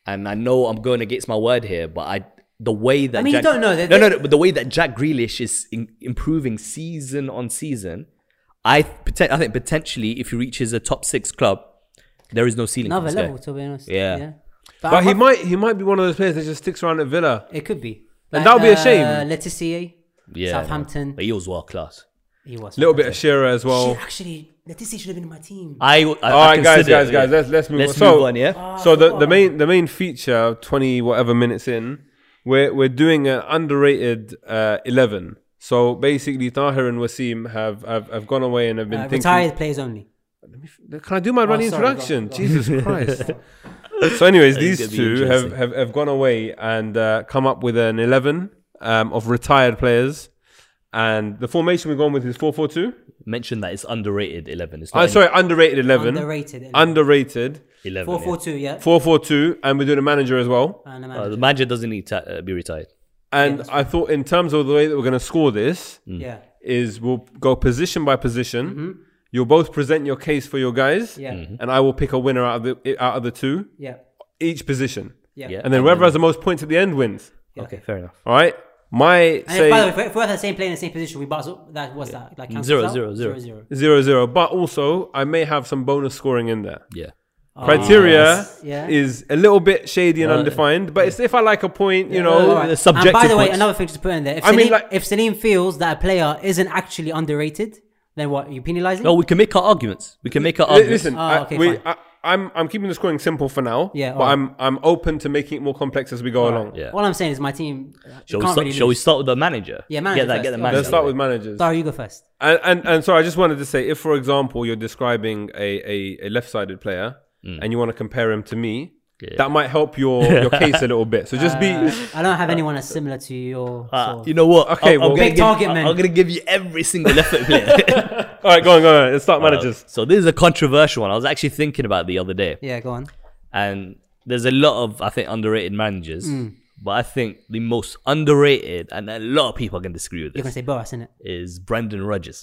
and I know I'm going against my word here, but I the way that
I mean, you
Jack,
don't know that-
no, no, no, but the way that Jack Grealish is in, improving season on season, I poten- I think potentially if he reaches a top six club, there is no ceiling. for
Another
this guy.
level, to be honest.
Yeah.
But,
but
I-
he might he might be one of those players that just sticks around at Villa.
It could be.
And that would be a shame.
Uh, Letitia,
Yeah,
Southampton.
But he was world class.
He was
A little bit of Shearer as well.
Shit, actually, Letitia should have been in my team.
I, I
All right, guys, guys, guys. Let's let's move
Let's
on.
move
so,
on, yeah?
Ah,
So the, the main the main feature of twenty whatever minutes in, we're we're doing an underrated uh, eleven. So basically, Tahir and Wasim have have, have gone away and have been
Uh,
thinking.
retired players only.
Can I do my running
Oh, sorry, go on,
introduction?
go on.
Jesus Christ. so, anyways, these
gonna be
two have,
interesting.
have, have gone away and uh, come up with an 11 um, of retired players. And the formation we've gone with is 4 4 2.
Mention that it's underrated eleven. It's not
Uh, sorry, underrated 11.
Underrated.
Underrated.
eleven.
Four
yeah.
four two. Yeah.
4 4 2. And we're doing a manager as well.
And a
Uh,
manager.
the manager doesn't need to uh, be retired.
And I thought, in terms of the way that we're going to score this,
Yeah.
is we'll go position by position. You'll both present your case for your guys,
Mm-hmm. Yeah. Mhm.
and I will pick a winner out of the out of the two,
Yeah.
each position.
Yeah.
Yeah.
And then whoever has the most points at the end wins.
Okay, fair enough.
All right. My
And if, by the way,
say
if we're- if we're at the same player in the same position, we buzz up. That was that. Like cancels
Zero,
out?
zero, zero.
zero, zero.
zero zero, but also I may have some bonus scoring in there.
Yeah.
Criteria
Oh, Yeah. Uh,
is a little bit shady and undefined, but it's if I like a point, you know.
Alright.
the subjective
And by the way,
points.
another thing to put in there. If
I
Salim,
mean, like-
if Salim feels that a player isn't actually underrated, then what? You penalise him?
No, we can make our arguments. We can make our
Li-
arguments.
Listen,
Ah, okay,
I, we,
fine.
I, I'm I'm keeping the scoring simple for now.
Yeah,
but
alright.
I'm I'm open to making it more complex as we go along.
Yeah.
All I'm saying is my team. uh,
shall we
can't
start?
really
shall we
lose.
start with the manager?
Yeah, manager
Get that.
first.
Get the
Okay.
manager.
Let's start with managers.
Sorry, you go first.
And, and and so I just wanted to say, if for example you're describing a a, a left-sided player
Mm.
and you want to compare him to me, that might help your your case a little bit. So just be
I don't have anyone that's similar to your.
Ah,
sort of-
Uh, you know what?
Okay,
I'm,
well-
I'm
Big
gonna give,
target
I-
man.
I'm gonna give you every single effort player.
all right. Go on, go on. Let's start managers.
so this is a controversial one. I was actually thinking about it the other day,
Yeah, go on.
and there's a lot of I think underrated managers, but I think the most underrated, and a lot of people are gonna disagree with
You're gonna
this,
say Boas, isn't it?
is Brendan Rodgers.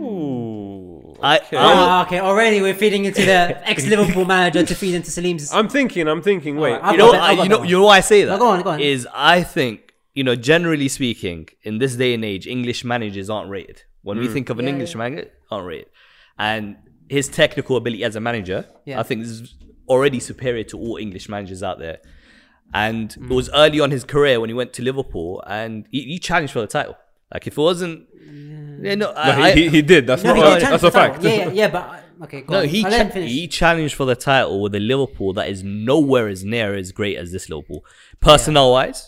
Ooh.
I, I was-
Ah, okay, already we're feeding into the ex-Liverpool manager to feed into
Oh,
Salim's.
I'm thinking. I'm thinking. Wait.
Alright, Uh, I've
you
got
know,
that, I've
I,
got
you
that
know,
one.
you know why I say that?
go on, go on.
Is I think you know, generally speaking, in this day and age, English managers aren't rated. When
Mm.
we think of an English manager, aren't rated, and his technical ability as a manager,
Yeah.
I think, is already superior to all English managers out there. And
Mm.
it was early on his career when he went to Liverpool, and he, he challenged for the title. Like if it wasn't, yeah,
No,
no, I,
he, he,
I,
he did. That's
No, he
not. A,
did
that's
challenge
a
the foul.
fact.
Yeah, yeah, yeah, but uh, okay, go
no,
on.
he,
I'll let him
cha-
finish.
he challenged for the title with a Liverpool that is nowhere as near as great as this Liverpool, personnel wise.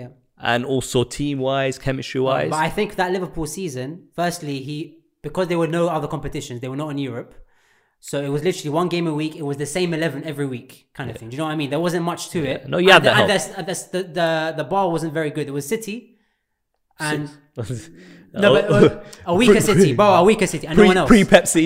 yeah.
and also team wise, chemistry wise.
But I think that Liverpool season, firstly, he because there were no other competitions, they were not in Europe. So it was literally one game a week. It was the same eleven every week, kind of thing. Do you know what I mean? There wasn't much to it.
No, you had
And the-
that
and that's- and that's- the, the the bar wasn't very good. It was City, and
Oh.
no, but uh, a weaker City, bar a weaker City, and no
pre,
one else,
pre Pepsi,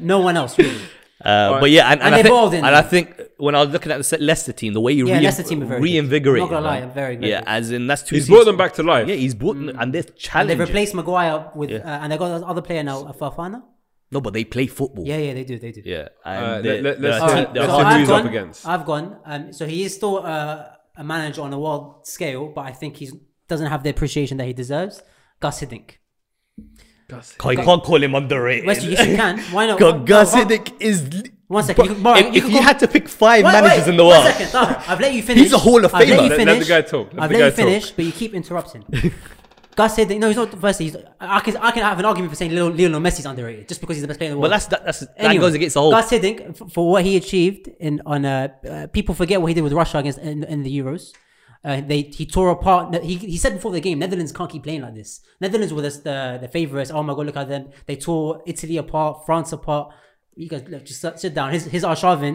no one else really.
uh, but yeah, and, and,
And
I
they
think,
balled in
and I
there.
think when I was looking at the Se- Leicester team, the way he
Yeah,
rein-
Leicester team are very good.
reinvigorated.
Not gonna lie,
them.
I'm very, very
yeah,
good. Mm.
as in that's two.
He's brought
seasons-
them back to life.
Yeah, he's brought and they're
And they
challenging.
replaced Maguire with, uh, and they got that other player now, uh, Fafana.
no, but they play football.
Yeah, yeah, they do, they do.
yeah.
Uh,
And
let- let- let's
they're-
see-
they're-
let's
they're
see who
hard to
I've
he's
beat.
up
gone,
against.
I've gone. Um, so he is still uh, a manager on a world scale, but I think he doesn't have the appreciation that he deserves. Gus Hiddink.
You can't call him underrated.
West, yes, you can. Why not?
God,
Well,
Gus
well,
Hiddink is. li-
One second, you
But
can- Mark,
if
you
if
can
you
go-
had to pick five
wait,
managers
wait,
in the
one
world,
second. No, I've let you finish.
He's a Hall of
I've let
Famer.
you
Let- let
finish.
the guy talk. Let
I've
the
let
guy
you finish, but you keep interrupting. Gus Hiddink. No, he's not. Firstly, he's, I can I can have an argument for saying Lionel, Lionel Messi's underrated just because he's the best player in the
well,
world.
that's that, that's that
Anyway,
goes against the whole.
Gus Hiddink f- for what he achieved in on uh, uh, people forget what he did with Russia against in, in the Euros. Uh, they he tore apart. He, he said before the game, Netherlands can't keep playing like this. Netherlands were the the, the favourites. Oh my god, look at them! They tore Italy apart, France apart. You guys look, just sit- sit down. His his Arshavin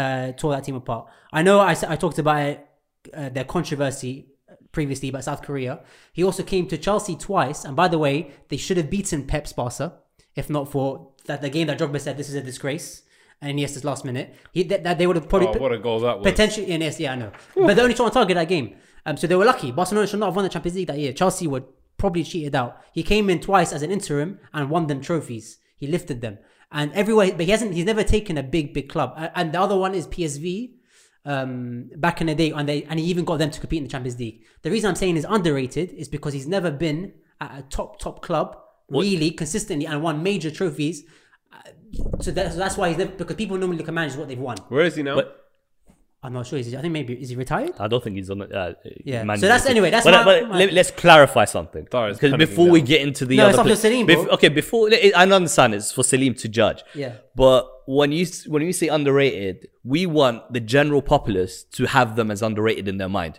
uh, tore that team apart. I know I, s- I talked about it, uh, their controversy uh, previously about South Korea. He also came to Chelsea twice, and by the way, they should have beaten Pep Barca if not for that the game that Drogba said this is a disgrace. And yes, it's last minute. He that, that they would have probably
Oh, what a goal that was.
potentially. And yes, yeah, I know. but they only shot on target that game. Um, so they were lucky. Barcelona should not have won the Champions League that year. Chelsea were probably cheated out. He came in twice as an interim and won them trophies. He lifted them, and everywhere. But he hasn't. He's never taken a big, big club. A- And the other one is PSV um, back in the day, and they and he even got them to compete in the Champions League. The reason I'm saying he's underrated is because he's never been at a top top club really consistently and won major trophies. Uh, So that's, that's why he's never, because people normally look at managers what they've won.
Where is he now?
But-
I'm not sure. Is he, I think maybe is he retired?
I don't think he's on. the- Uh,
Yeah.
Man
So that's-
United.
anyway, that's my-
But, but
my-
let, us clarify something
Tara's
because
panicking
before we
now.
get into the
No, it's
other
not
pla-
for Salim, bro.
okay, before I understand it's for Salim to judge.
Yeah.
But when you s- when you say underrated, we want the general populace to have them as underrated in their mind.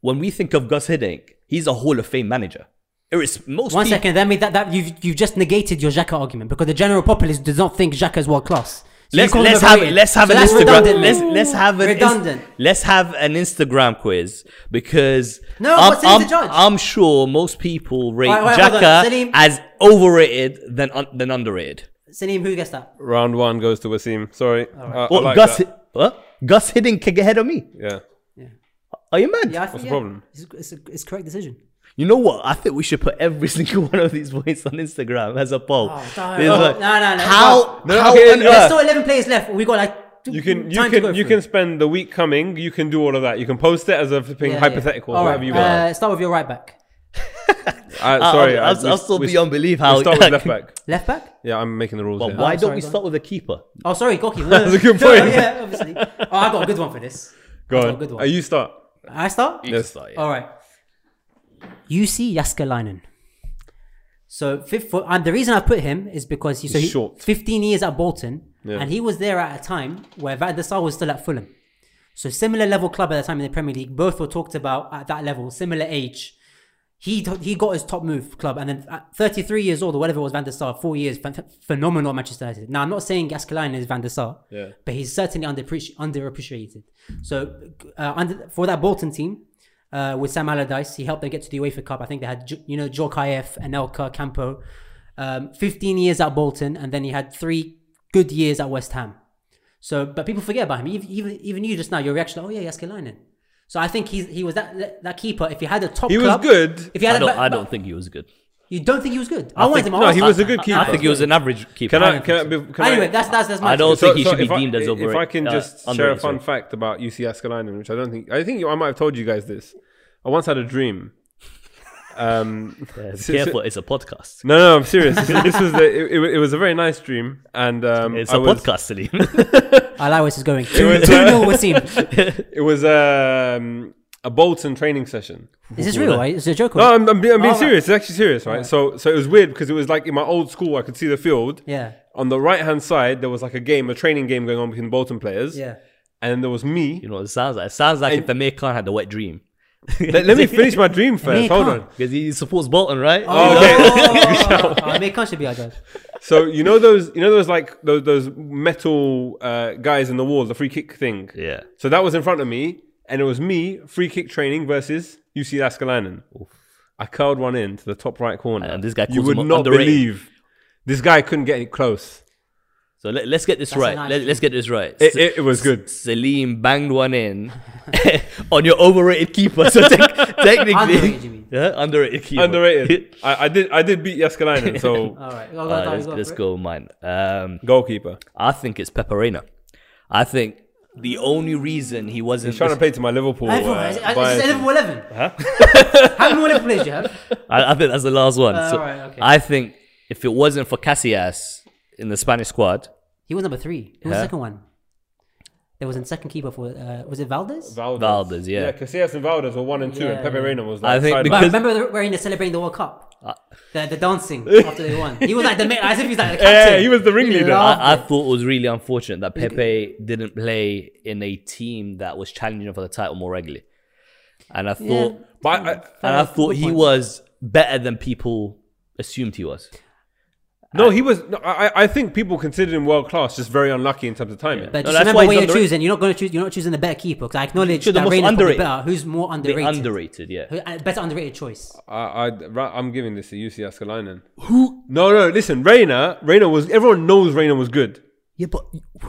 When we think of Gus Hiddink, he's a Hall of Fame manager. Irres- most
One
people-
second. That made that, that you've you've just negated your Xhaka argument because the general populace does not think Xhaka is world class. So you
let's
call him
let's have
overrated.
let's have
So
an
that's
Instagram
redundant.
let's let's have an inst-
Redundant.
let's have an Instagram quiz because
No,
I'm,
but Salim's
I'm-
the judge.
I'm sure most people rate
Wait, wait, hold on.
Jaka
Salim-
as overrated than un- than underrated.
Salim, who gets that?
Round one goes to Wasim. Sorry. Uh, I- I
Well,
like
Gus
that.
Hi- what? Gus Hiddink can get ahead of me.
Yeah.
Are you mad?
Yeah, I
What's
think,
the
yeah.
problem?
It's, it's, a, it's a correct decision.
You know what? I think we should put every single one of these points on Instagram as a poll.
Oh, no,
There's
no,
like-
no, no, no.
How?
No,
how
okay,
on
let's
There's
earth?
still 11 players left. We got like two,
You can you
time to go
can you
through.
can spend the week coming. You can do all of that. You can post it as a flipping
Yeah, yeah.
hypothetical,
All
whatever
right,
you want.
Uh, start with your right back,
Uh, sorry,
I'll,
I-
I'll,
we-
I'll still
we-
beyond belief
we
how.
start with left back.
left back.
Yeah, I'm making the rules.
But
here.
Oh, why don't
Oh, sorry,
we
go on.
start with the keeper?
Oh, sorry, goalkeeper.
That's a good
No,
point.
yeah, obviously. Oh, I got a good one for this.
Go
I've got
on.
a good
Uh,
one.
you start.
I start.
Yes.
All right. UC Jaskalainen. So fifth foot, and the reason I put him is because he's so
He's
he,
short.
15 years at Bolton,
Yeah.
and he was there at a time where Van der Sar was still at Fulham. So similar level club at the time in the Premier League, both were talked about at that level, similar age. He he got his top move club, and then at 33 years old or whatever it was Van der Sar, four years, phen- phenomenal at Manchester United. Now I'm not saying Gascoigne is Van der Sar,
Yeah.
but he's certainly underappreci- underappreciated. So uh, under, for that Bolton team, uh, with Sam Allardyce. He helped them get to the UEFA Cup. I think they had, J- you know, Jokayev, Anelka, Campo. Um, 15 years at Bolton, and then he had three good years at West Ham. So, but people forget about him. Even even, even you just now, your reaction, oh yeah, Jaskelainen. So I think he's, he was that, that that keeper. If he had a top,
He was
club-
good.
If he had,
I
a,
don't,
but-
I
but
don't think he was good.
You don't think he was good? I, wanted
think-
him. I
no, he was
was-
a good
I- I-
keeper.
I think he was an average keeper.
Can I?
don't
Can I?
think
Be, can I,
Anyway, that's that's that's my.
I don't
choice.
think he should be
if I-
deemed as
if
overrated.
I can
uh,
just share a
underrated,
fun
sorry.
fact about UC Askelainen, which I don't think I think you, I might have told you guys this. I once had a dream. Um,
Yeah,
so-
be careful, it's a podcast.
no, no, I'm serious. this was the, it, it, it was a very nice dream, and um,
It's
I
a
was,
podcast, Salim.
I like where this is going. Two
was, uh,
0 Wasim.
It was um, a Bolton training session.
Is this real? Right? Is it a joke? or-
No, I'm, I'm, being, I'm being
Oh,
Alright.
serious. It's actually serious, right? So, so it was weird because it was like in my old school, I could see the field.
Yeah.
On the right hand side, there was like a game, a training game going on between Bolton players.
Yeah.
And there was me.
you know what it sounds like? It sounds like if Amir Khan had a wet dream.
Let, let me finish my dream first. Hold
can't.
on.
Because he supports Bolton, right?
Oh,
okay.
no. oh, Mekan should be our judge.
So you know those, you know those like those, those metal uh, guys in the wall, the free kick thing.
Yeah.
So that was in front of me, and it was me free kick training versus UC Laskalainen. I curled one in to the top right corner.
And this guy
you
calls
would
him
not
underrated.
believe this guy couldn't get it close.
So let, us get this
a
right.
nice
let, us get this right.
It, it, it was good.
Salim banged one in on your overrated keeper. So tec- technically,
Underrated, you mean?
Huh? underrated keeper.
Underrated. I, I did I did beat Jaskalainen, so
All right.
All right, let's, let's go, with mine. Um,
goalkeeper.
I think it's Peperina. I think the only reason he wasn't
He's trying to play to my Liverpool.
Liverpool,
uh,
is it- is it
bias.
Liverpool 11? How many more Liverpool players do you have?
I, I think that's the last one.
Uh,
so
alright, okay.
I think if it wasn't for Casillas in the Spanish squad,
He was number three. Who was
Yeah.
the second one? There was a second keeper for, uh, was it Valdez?
Valdes.
Valdes, yeah.
Yeah, Casillas and Valdes were one and two, and
Yeah.
Pepe Reina was
I
like.
think
sideline.
But I
because-
remember they were in the celebrating the World Cup. the, the dancing after they won. He was like the main, as if he's like the captain.
yeah, he was the ringleader.
Loved
I, I
it.
thought it was really unfortunate that Pepe didn't play in a team that was challenging for the title more regularly. And I thought,
But I, I,
and I
That's a
thought
good
he
point.
was better than people assumed he was.
no, he was. No, I, I think people considered him world class, just very unlucky in terms of timing.
But
No,
just
that's
remember
why he's
where you're
underrated.
choosing. You're not going to choose. You're not choosing the better keeper because I acknowledge
Choose the
that
most
Reina probably
underrated.
better. Who's more
They're
underrated?
underrated, yeah.
Who- a better underrated choice.
I, I, ra- I'm giving this to UC Askelainen. Who? No, no. Listen, Reina. Reina was. Everyone knows Reina was good.
Yeah, but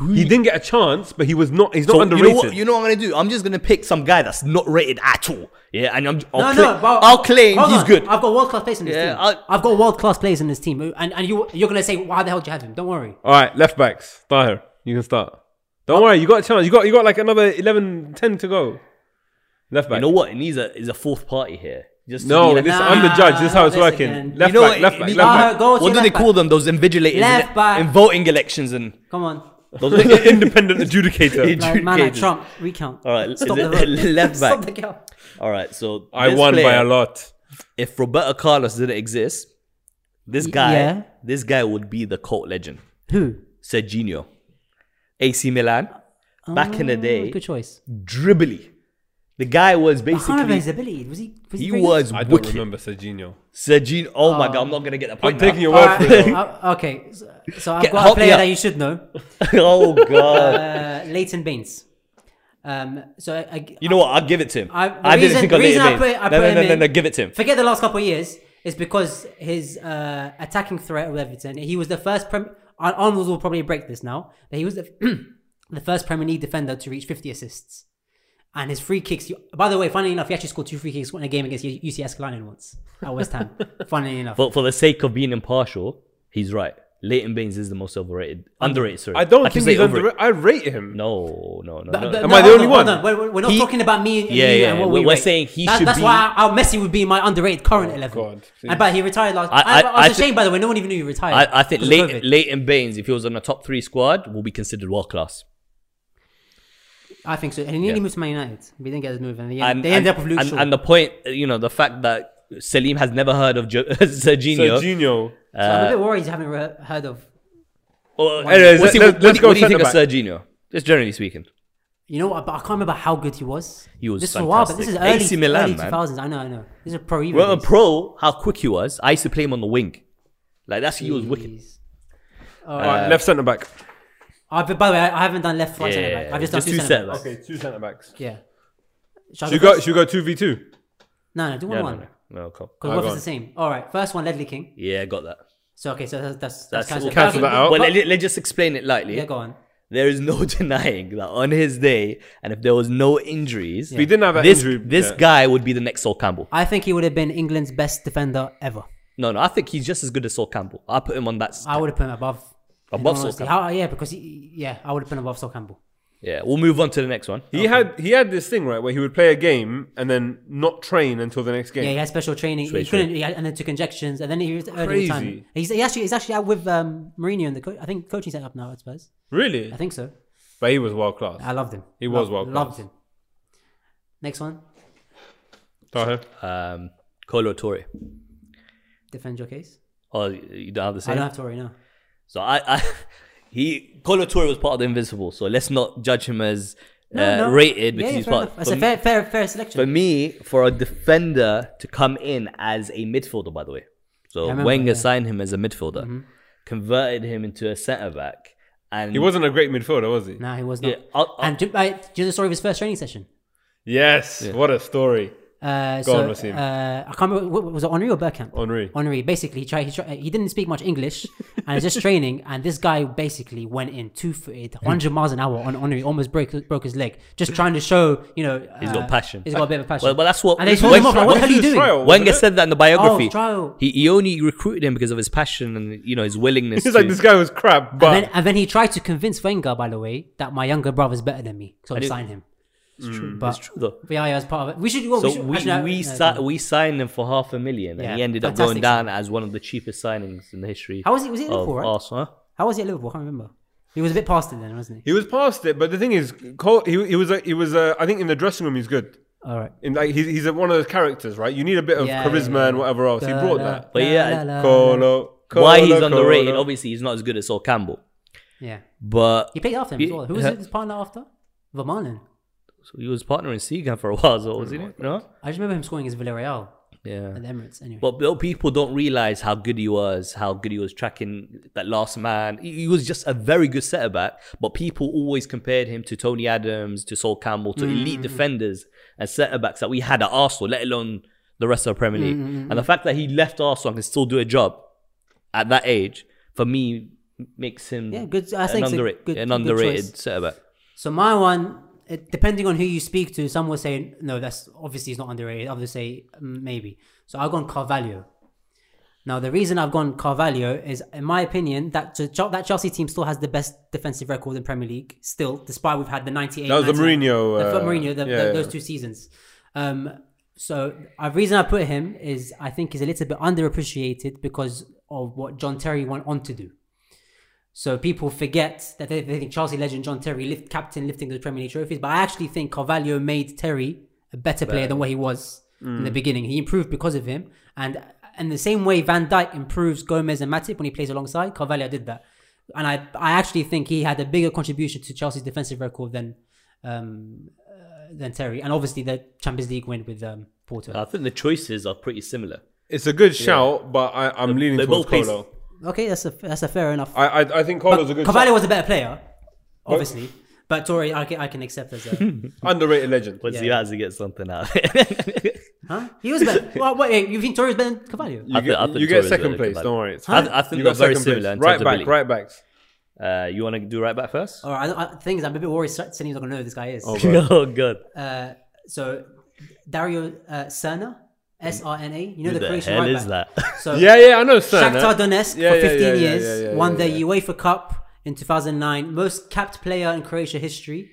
He didn't get a chance, but he was not. He's not underrated.
You know, what, you know what I'm gonna do? I'm just gonna pick some guy that's not rated at all. Yeah, and I'm.
No,
I'll, cla-
no, but
I'll claim
hold
he's
on.
good.
I've got world class players in this
Yeah,
team.
I'll-
I've got world class players in this team, and and you you're gonna say why the hell do you have him? Don't worry.
All right, left backs. Tahir, you can start. Don't worry, you got a chance. You got you got like another 11, 10 to go. Left back.
You know what? It needs a is a fourth party here. Just to
no,
be
this,
like-
I'm the
Nah,
judge. This is how it's
listen,
working.
man.
Left
You know
back,
what?
left back,
It-
left
Ah,
back.
go to
what do
left
they
back.
call them? Those invigilators
Left
in,
back.
in voting elections and
Come on,
those
Independent adjudicator.
like, man, like
adjudicators.
Trump, recount.
All right,
stop
le-
the vote.
left
Stop
back.
the count.
All right, so
I
this
won by
player,
a lot.
If Roberto Carlos didn't exist, this guy,
yeah.
this guy would be the cult legend.
Who?
Serginho, AC Milan, back in the
Oh,
day,
Good choice.
dribbly. The guy was
I can't remember his
basically
ability. Was he? Was he,
he
very good?
was
I don't
wicked.
remember Serginho.
Serginho, oh my god, I'm not gonna get the point.
I'm
now.
taking your
All
word for it.
right.
though.
Uh, okay, so, so I've
Get-
got a
help me
player
out.
that you should know.
oh god.
Uh, Leighton Baines. Um, so I, I,
You know what? I'll give it to him.
I-
I,
the
didn't
reason-
think
the
of it.
reason I
No,
put- I
no,
put
no,
him
no, no,
in-
no, give it to him.
forget the last couple of years is because his uh, attacking threat or everything. He was the first. Prem- Ar- Arnold will probably break this now, but he was the, the first Premier League defender to reach 50 assists. And his free kicks. you- By the way, funnily enough, he actually scored two free kicks in a game against U- UC Escalon once at West Ham. funnily enough,
But for the sake of being impartial, he's right. Leighton Baines is the most overrated, underrated. Sorry,
I don't
keep
think
saying
he's underrated. I rate him.
No, no, no.
But-
no.
but
Am
no,
I the
hold
only
on, hold
one?
on. We're, we're- we're not
He-
talking about me and
Yeah,
you
yeah,
and what
we're-
we
we're
rate.
saying he
That-
should
That's
be- Oh,
why our Messi would be my underrated current eleven.
God,
and but he retired last. I,
I-
I,
I-
was
I
a
thi-
shame, by the way. No one even knew he retired.
I, I think
because of
Leighton,
COVID.
Leighton Baines, if he was on a top three squad, will be considered world class.
I think so. And he nearly
Yeah.
moved to Man United. We didn't get his move, and they,
And,
they ended
and-
up with Luke
and,
Shaw.
and the point, you know, the fact that Salim has never heard of jo- Serginho.
Serginho.
so
Uh,
I'm a bit worried you haven't re- heard of.
Or-
Anyways,
what's he-
let's-
what,
let's
do- what
go
do you think of
centre-back.
Serginho? Just generally speaking,
You know what? But I can't remember how good he was.
He was
This is a while, but this is early,
fantastic. AC Milan,
early
man.
2000s. I know, I know. This is a pro even.
well, a pro, how quick he was. I used to play him on the wing. Like that's he was wicked.
Uh,
All right, left centre back.
I, Ah, but by the way, I I haven't done left, right, centre back.
Yeah,
I've just done
just
two
two
centre backs.
centre-backs.
Okay, two centre backs.
Yeah. Shall
Should
I
we
go
go?
first?
Should we go two v two?
No, no, do one
No,
one.
no, no, no, Oh, come.
Because
Ah,
what
go
if
on.
it's the same? All right, first one, Ledley King.
Yeah, got that.
So okay, so that's that's, that's,
That's
cancelled.
Cancel that out.
Well, let, let's just explain it lightly.
Yeah, go on.
There is no denying that on his day, and if there was no injuries,
If he didn't have that
this
injury,
this
yeah.
guy would be the next Sol Campbell.
I think he would have been England's best defender ever.
No, no, I think he's just as good as Sol Campbell. I put him on that. s-
I would have put him above. in
Above Sol
honesty.
Campbell.
How, Oh, yeah, because he, yeah, I would have put him above Sol Campbell.
Yeah, we'll move on to the next one.
He had he had this thing right where he would play a game and then not train until the next game.
Yeah, he had special training.
Straight
he couldn't, he had, and then took injections, and then he was early
Crazy.
retirement. He's he actually he's actually out with um, Mourinho in the co- I think coaching setup now. I suppose.
Really?
I think Uh, so.
But he was world class.
I loved him.
He was
Loved-
world
Loved
class.
him. Next one,
Tahir.
Um, Colo Torre.
defend your case.
Oh, you don't have
I
the same. Uh,
don't have Tory now.
So I, I he Colo Torre was part of the Invincible. So let's not judge him as uh,
No, no.
rated because
yeah,
he's
fair
part.
enough. That's
for
a
me-
fair, fair, fair selection.
For me, for a defender to come in as a midfielder, by the way, so
remember,
Wenger
yeah. Mm-hmm.
signed him as a midfielder, converted him into a centre back, and
He wasn't a great midfielder, was he?
No, he was not. uh,
Yeah, I'll- I'll-
and do, I, do you know the story of his first training session?
Yes. What a story.
Uh,
Go
so,
on, Wasim.
Uh, I can't remember. wa- wa- Was it Henri or Burkamp?
Henri.
Henri. Basically, he tried. He, tried, he didn't speak much English, and it's just training. And this guy basically went in two footed, hundred miles an hour on Henri, almost broke broke his leg, just trying to show you know uh,
He's got passion.
He's got a bit of passion.
Well, but that's what-
And they
this
told
is
him off. Like, what
why-
the hell are
this
you
is
doing?
trial.
Wenger
wasn't it?
said that in the biography.
Oh, trial.
he, he only recruited him because of his passion and you know his willingness.
He's
to,
like, this guy was crap, but
and, then, and then he tried to convince Wenger, by the way, that my younger brother's better than me, so I
didn't-
sign him. It's true.
It's
But,
true though.
but yeah, yeah, as part of it, we should. Well,
So
we, should,
we
actually, no,
we,
no,
si-
no.
we signed him for half a million, and he
Yeah,
ended up going
fantastic
down as one of the cheapest signings in the history.
How was he- was he at
of
Liverpool, right?
Arsenal. huh?
How was he at Liverpool? I can't remember. He was a bit past it then, wasn't he?
he was past it. But the thing is, Cole, he, he was, a, he was, a, I think in the dressing room, he's good.
All right.
In like, he's, he's a, one of those characters, right? You need a bit of
Yeah,
charisma
yeah, yeah.
and whatever else. he brought
La, la,
that.
But
la,
yeah,
la, la, la.
Colo, Colo,
Why he's
Colo.
underrated? Obviously, he's not as good as Sol Campbell,
Yeah,
but
he played after him as
Yeah.
well. Who was his partner after? Vermaelen.
so he was partnering Seagan for a while, so wasn't he? No,
I just remember him scoring as Villarreal
yeah.
at the Emirates. Anyway,
But though people don't realize how good he was, how good he was tracking that last man. He he was just a very good setter back, but people always compared him to Tony Adams, to Sol Campbell, to
Mm.
elite defenders and setter backs that we had at Arsenal, let alone the rest of the Premier League.
Mm-hmm.
And the fact that he left Arsenal and can still do a job at that age, for me, makes him
Yeah, good- I
an,
think it's a
underrated,
good-
an
good
underrated
choice.
setter back.
so my one, it, depending on who you speak to, some will say no, that's obviously he's not underrated. Others say "Mm, maybe. So I've gone Carvalho. Now the reason I've gone Carvalho is, in my opinion, that Ch- Ch- that Chelsea team still has the best defensive record in Premier League. Still, despite we've had the ninety eight.
That was the Mourinho.
The-
Uh,
Mourinho, the, the, those two seasons. Um, so the reason I put him is I think he's a little bit underappreciated because of what John Terry went on to do. So people forget that they, they think Chelsea legend John Terry, lift, captain, lifting the Premier League trophies. But I actually think Carvalho made Terry a better Mm. player than what he was in the beginning. He improved because of him, and in the same way Van Dijk improves Gomez and Matip when he plays alongside, Carvalho did that. And I, I actually think he had a bigger contribution to Chelsea's defensive record than um, uh, than Terry, and obviously the Champions League win with um, Porto.
I think the choices are pretty similar.
It's a good shout, but I, I'm leaning
they
towards
both piece-
Colo.
okay, that's a that's a fair enough.
I, I, I think Colo's a good
Carvalho
shout.
was a better player, obviously, but Torre I can, I can accept as a
underrated legend.
But he
Yeah.
has to get something out of it.
huh? He was better. well, wait, you think Torre is better than Carvalho?
You
I think- I
get,
think
you get
Torres
second
will
place.
come
Don't worry. It's
I,
fine.
I think
You
they're
got
very
second place.
similar. in terms
Right
of
back,
ability.
right backs.
Uh, you want to do right back first?
Or I, don't- I, the thing is, I'm a bit worried. Sinny's not gonna know who this guy is.
God.
oh god.
So Dario uh, Serna, S R N A. You know
Who
the,
the
Croatian
hell
right
is
back.
that?
So
Yeah, yeah, I know. Son,
Shakhtar Donetsk
Yeah,
for
yeah,
15
yeah, yeah,
years,
yeah, yeah,
won
yeah.
the UEFA Cup in 2009, most capped player in Croatia history.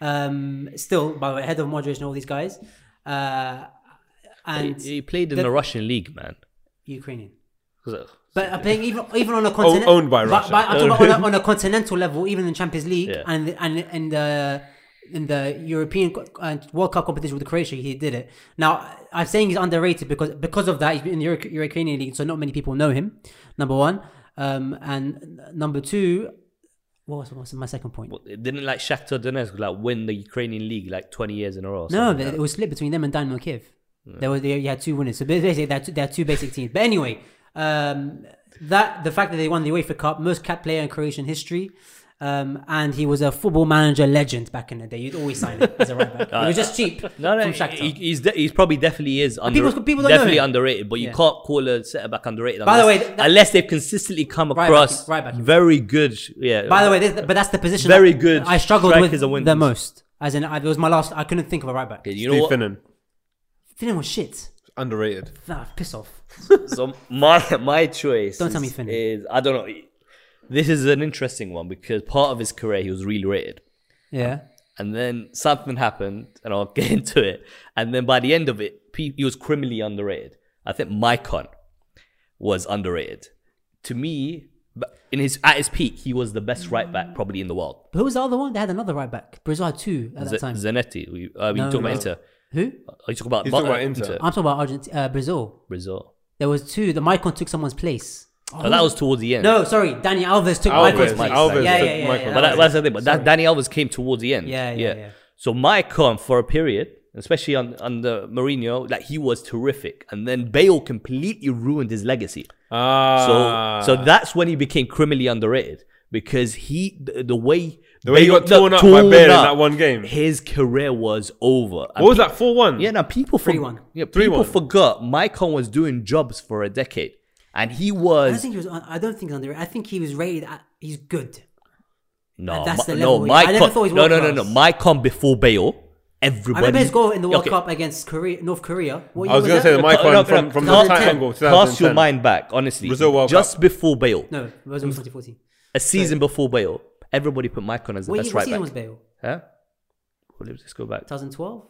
Um, still, by the way, head of Modric and all these guys, uh,
he,
and
he played in the, Russian league, man.
Ukrainian.
So-
But I'm playing even even on a continent
Oh, owned by Russia.
I'm talking about on a, on a continental level, even in Champions League
Yeah.
and and in the in the European co- uh, World Cup competition with Croatia, he did it. Now I'm saying he's underrated because because of that he's been in the Euro- Ukrainian league, so not many people know him. Number one, um, and number two, what was, what was my second point?
Well, it didn't like Shakhtar Donetsk like win the Ukrainian league like 20 years in a row. or
No,
something
but
like
it was split between them and Dynamo Kiev. There was they, you had two winners, so basically they're two, they're two basic teams. But anyway, um, that the fact that they won the UEFA Cup, most capped player in Croatian history, um, and he was a football manager legend back in the day. You'd always sign him as a right back. It was just cheap
that. Uh, No, no,
from Shakhtar.
he, he's de- he's probably definitely is under,
people- people don't know
definitely
him.
underrated, but you
Yeah.
can't call a centre back underrated.
By the
unless-
way, that-
unless they've consistently come
back,
across
right back.
very good. Yeah.
By the way, this, but that's the position.
Very
that
good
I struggled with
strikers and wingers.
the most. As in, I, it was my last. I couldn't think of a right back.
Okay, you know
Steve
what?
Finnan,
Finnan was shit.
underrated.
Nah, piss off.
So my my choice.
Don't tell me
is-
Finley.
Is I don't know. This is an interesting one because part of his career he was really rated,
Yeah.
and then something happened, and I'll get into it. And then by the end of it, pe- he was criminally underrated. I think Mycon was underrated. To me, but in his at his peak, he was the best right back probably in the world.
But who was the other one? They had another right back. Brazil had two at
Z-
that time.
Zanetti. We, uh, we
No,
talking
no.
about Inter.
who?
Are you talking about,
He's
Bar-
talking about
uh,
Inter.
I'm talking about Argentina, uh, Brazil.
Brazil?
There was two. The Micron took someone's place.
Oh, that was towards the end.
no, sorry, Danny Alves took
Alves,
Micron's place.
Alves
yeah,
took
yeah, yeah,
Micron.
yeah,
But that,
that was-
that's the thing. But that, Danny Alves came towards the end.
Yeah, yeah, yeah.
So my con for a period, especially on under Mourinho, like he was terrific, and then Bale completely ruined his legacy. So
Ah,
so that's when he became criminally underrated because he the, the way
The way he got torn up by
torn
Bayern in
up,
that one game.
His career was over.
What was that? Four one.
Yeah, now people for-
3-1.
Yeah,
3-1.
people forgot Maicon was doing jobs for a decade, and he
I don't
was
think he was. un- I don't think he's underrated. I think he was rated. At, he's good.
no,
That's
Ma-
the
no,
level he- I never
Maicon,
thought he was
no, no, no,
world
no,
class.
Maicon before Bale.
I
Everybody.
remember his goal in the World
Okay,
Cup against Korea, North Korea. What
I was
year
gonna say the
that?
Maicon
No, no,
from,
no,
from
cast-
the Titan goal.
Cast your
2010.
mind back, honestly.
Brazil World
just before Bale,
No, it was in 2014.
a season before Bale, everybody put Maicon as the
What,
best
year, what
right
season
back.
was Bale?
Huh? Well, let's just go back.
2012,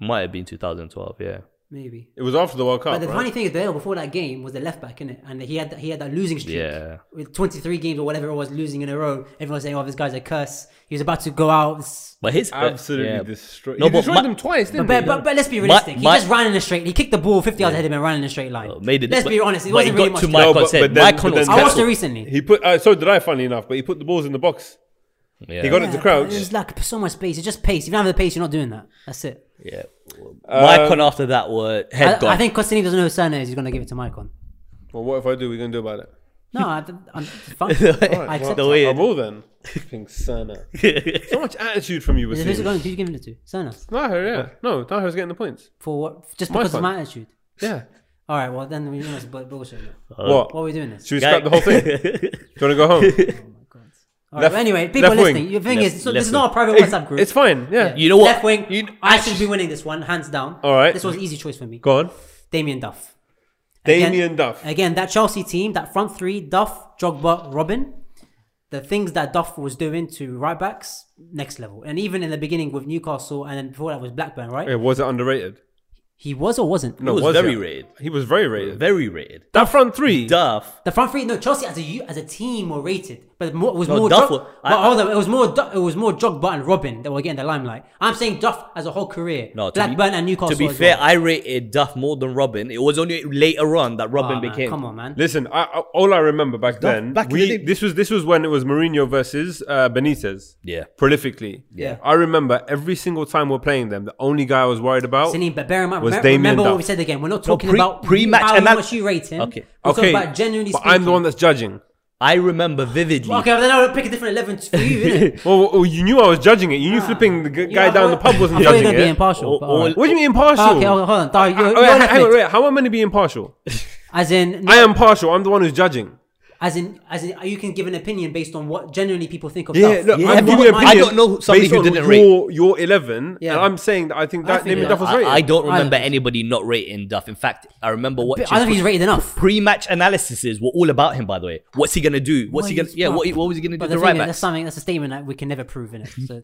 Might have been 2012. Yeah.
maybe.
It was after the World Cup.
But the
Oh, right?
funny thing is, Bale before that game was the left back, innit? And he had that, he had that losing streak
Yeah.
with 23 games or whatever it was, losing in a row. Everyone was saying, "Oh, this guy's a curse." He was about to go out. It's-
But his
Absolutely
yeah.
destroyed.
No,
he
but
destroyed
Ma-
them twice,
But,
didn't
but,
he?
but, but let's be realistic. he
my-
just ran in a straight. He kicked the ball 50 yards ahead of him and ran in a straight line.
Well, made it-
let's
but-
be honest. It
but
wasn't
it
really
got
much.
to
to
my-
it.
Maicon said- Maicon was
I watched it recently.
He put. Uh, so did I. Funny enough, but he put the balls in the box.
Yeah.
He got it to Crouch.
There's like so much space. It's just pace. If you don't have the pace, you're not doing that. That's it.
Yeah. Maicon
Um,
after that were head
I,
gone.
I think Costini doesn't know his surname. He's going to give it to Maicon.
Well, what if I do? We're gonna do about it.
No, I, I'm fine. I
Well,
accept
the
it.
way-
I will then. Fucking Sana. so much attitude from you,
Who's it
Wasim.
going? Who's you giving it to? Serna.
Tahir, yeah. No, Tahir's getting the points.
For what? Just
My
because of
son.
my attitude.
Yeah.
All right. Well, then we must bu- bullshit. now.
what?
What are we doing this?
Should we scrap the whole thing? Do you want to go home?
All right.
Left-
well, anyway, people
left wing.
listening. Your thing
Left-
is, so
left
this is not a private WhatsApp group.
It's fine. Yeah.
You know what?
Left wing.
You-
I should be winning this one, hands down.
All right.
This was an easy choice for me.
Go on.
Damien Duff.
Damien Duff.
Again, that Chelsea team, that front three, Duff, Drogba, Robin. The things that Duff was doing to right backs, next level. And even in the beginning with Newcastle, and then before that was Blackburn, right?
Yeah, Eh, was it underrated?
He was or wasn't?
No,
He was very
it?
rated.
He was very rated.
Very rated.
that front three.
Duff.
The front three, no, Chelsea as a u- as a team were rated, but more, it was
No,
more.
Duff
Duff,
wa- I-
but hold on, it was more. Du- It was more Drogba and Robin that were getting the limelight. I'm saying Duff as a whole career.
No, to
Blackburn
be,
and Newcastle.
To be
as
fair,
well.
I rated Duff more than Robin. It was only later on that Robin
Ah, man,
became.
Come on, man.
Listen, I, I, all I remember back then,
back in
we,
the day-
this was this was when it was Mourinho versus uh, Benitez.
Yeah.
prolifically.
Yeah.
I remember every single time we're playing them. The only guy I was worried about.
Sinead, but bear in mind,
was
remember,
Damien
remember what
Duff.
we said again. We're not talking
pre-
about
pre-match
how
anal-
much you rate him.
Okay.
We're
okay,
talking about genuinely
but
speaking.
I'm the one that's judging.
I remember vividly.
Well, okay, well, then I'll pick a different eleven for you. innit?
Well, well, well, you knew I was judging it. You knew flipping the g- guy
Yeah,
down
I
the pub wasn't
thought Ah. you
judging
were gonna
it.
be impartial.
Or-
but alright.
what do you mean impartial?
Okay, hold on. Dar, you're,
Oh, yeah,
you're left
hang on,
mid.
wait, how am I meant to be impartial?
As in,
I am partial. I'm the one who's judging.
as in, as in, you can give an opinion based on what generally people think of.
Yeah,
Duff.
look,
Yeah,
I'm
everyone-
giving an
I
opinion.
don't know somebody
based
who
on
didn't rate.
your, your 11,
Yeah.
and I'm saying that I think that
think
Damien
it
Duff
was.
was
I,
rated.
I don't remember
think so.
anybody not rating Duff. In fact, I remember
I
watching.
don't think he's rated enough.
Pre-match analyses were all about him. By the way, what's he gonna do? What's he
Well,
gonna? Yeah,
he's-
what, what was he gonna do?
But
to
the
The
thing
right
is,
back.
that's something that's a statement that we can never prove in it. So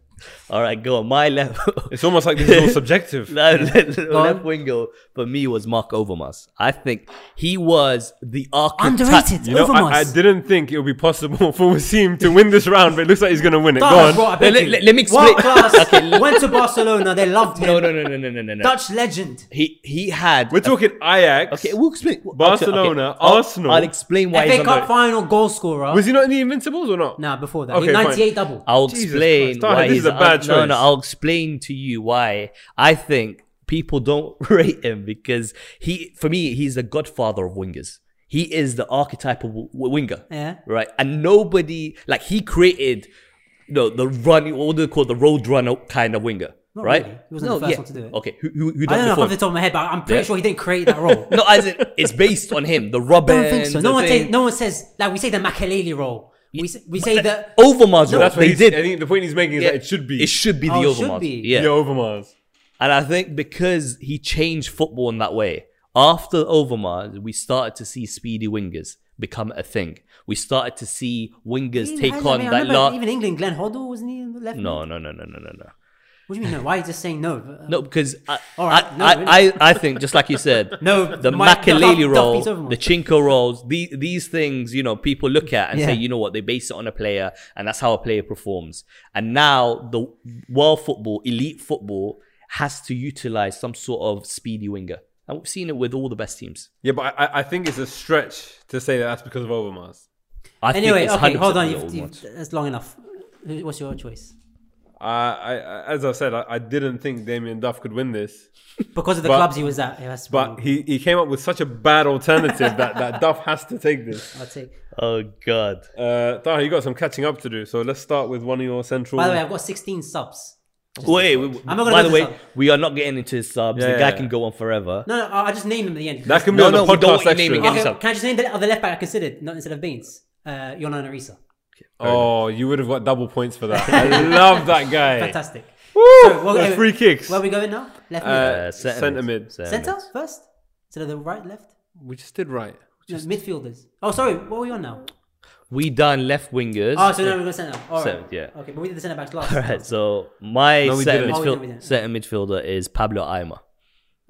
All right, go on. My left.
It's almost like this is all subjective.
left, left
on.
winger for me was Mark Overmars. I think he was the archetype.
underrated.
You know,
Overmars.
I, I didn't think it would be possible for Wasim to win this round, but it looks like he's going to win it. Go
Dar, bro,
on.
I beg
Let-
you.
let- let me explain-
World class. Went to Barcelona. They loved him.
No, no, no, no, no, no, no, no.
Dutch legend.
He he had.
We're talking Ajax.
Okay, we'll explain.
Barcelona,
I'll-
Arsenal.
I'll explain why. he's
FA Cup
underrated.
final goal scorer.
Was he not in the Invincibles or not?
nah, before that.
Okay, fine.
98 double.
I'll
Jesus
explain
Christ, Taha,
why
this
he's
is a bad
No, no,
choice.
I'll explain to you why I think people don't rate him because he, for me, he's the godfather of wingers. He is the archetypal w- winger.
Yeah.
Right. And nobody, like, he created, you know, the run, what do they call it, the road runner kind of winger.
Not
right?
really. He wasn't the first one to do it.
Okay. Who, who, who
I
done
don't know
before?
off the top of my head, but I'm pretty
Yeah.
sure he didn't create that role.
no, as in, it's based on him. The
I
rubber.
don't think so. No one, say, no one says, like, we say the Makaleli role. We, say- we say the.
Overmars.
That's what
they
he's,
did.
I think the point he's making is
Yeah.
that it should be.
It should be the
Oh, it should
Overmars.
be.
Yeah.
the Overmars.
And I think because he changed football in that way, after Overmars, we started to see speedy wingers become a thing. We started to see wingers take
I
on
mean, I
that
remember
lot.
Even England, Glenn Hoddle, wasn't he in the left?
No, no, no, no, no, no, no.
What do you mean, no? Why are you just saying no? uh,
No, because I,
All right,
I,
no,
I, I, I think just like you said,
No,
the
my- Duff-
Makaleli
Duff
role,
beats Overmars.
the Chinko roles, these these things, you know, people look at and say,
Yeah.
you know what, they base it on a player, and that's how a player performs. And now the world football, elite football, has to utilize some sort of speedy winger, and we've seen it with all the best teams.
Yeah, but I- I, I think it's a stretch to say that that's because of Overmars.
I
Anyway,
think it's
okay,
100%
hold on.
the
You've,
old
you've,
ones.
that's long enough. Who- What's your choice?
I, I as I said, I, I didn't think Damien Duff could win this,
because of the
But-
clubs he was at. Yeah, that's
but
wrong.
he, he came up with such a bad alternative that, that Duff has to take this.
I'll take.
Oh god.
Uh, Taha, you got some catching up to do, so let's start with one of your central.
By the way, I've got 16 subs.
Wait, we,
I'm not gonna
by
do
the way,
this up.
we are not getting into his subs.
Yeah,
the guy
yeah,
can
yeah.
go on forever.
No, no, I'll I'll just name them at the end.
that can be
No,
on
no,
the
we don't
podcast
want you naming
extra.
him.
okay,
sub.
can I just name the, oh, the left back I considered, not instead of Baines? Uh, Yona Narisa.
Oh, you would have got double points for that. I love that guy.
Fantastic.
Woo!
So, well,
Those
anyway,
free kicks.
Where are we going now? Left,
Uh,
mid.
centre
centre
mid.
mid.
Centre
Centre
mid.
first? Instead of the right, left?
We just did right.
No, midfielders. Oh, sorry. What are we on now?
We done left wingers.
Oh, so now we're going centre. All right.
Centre, yeah.
Okay, but we did the centre backs last.
All right, so my
No, we
centre,
didn't.
Oh, we
midfield,
didn't, we didn't.
centre midfielder is Pablo Aima.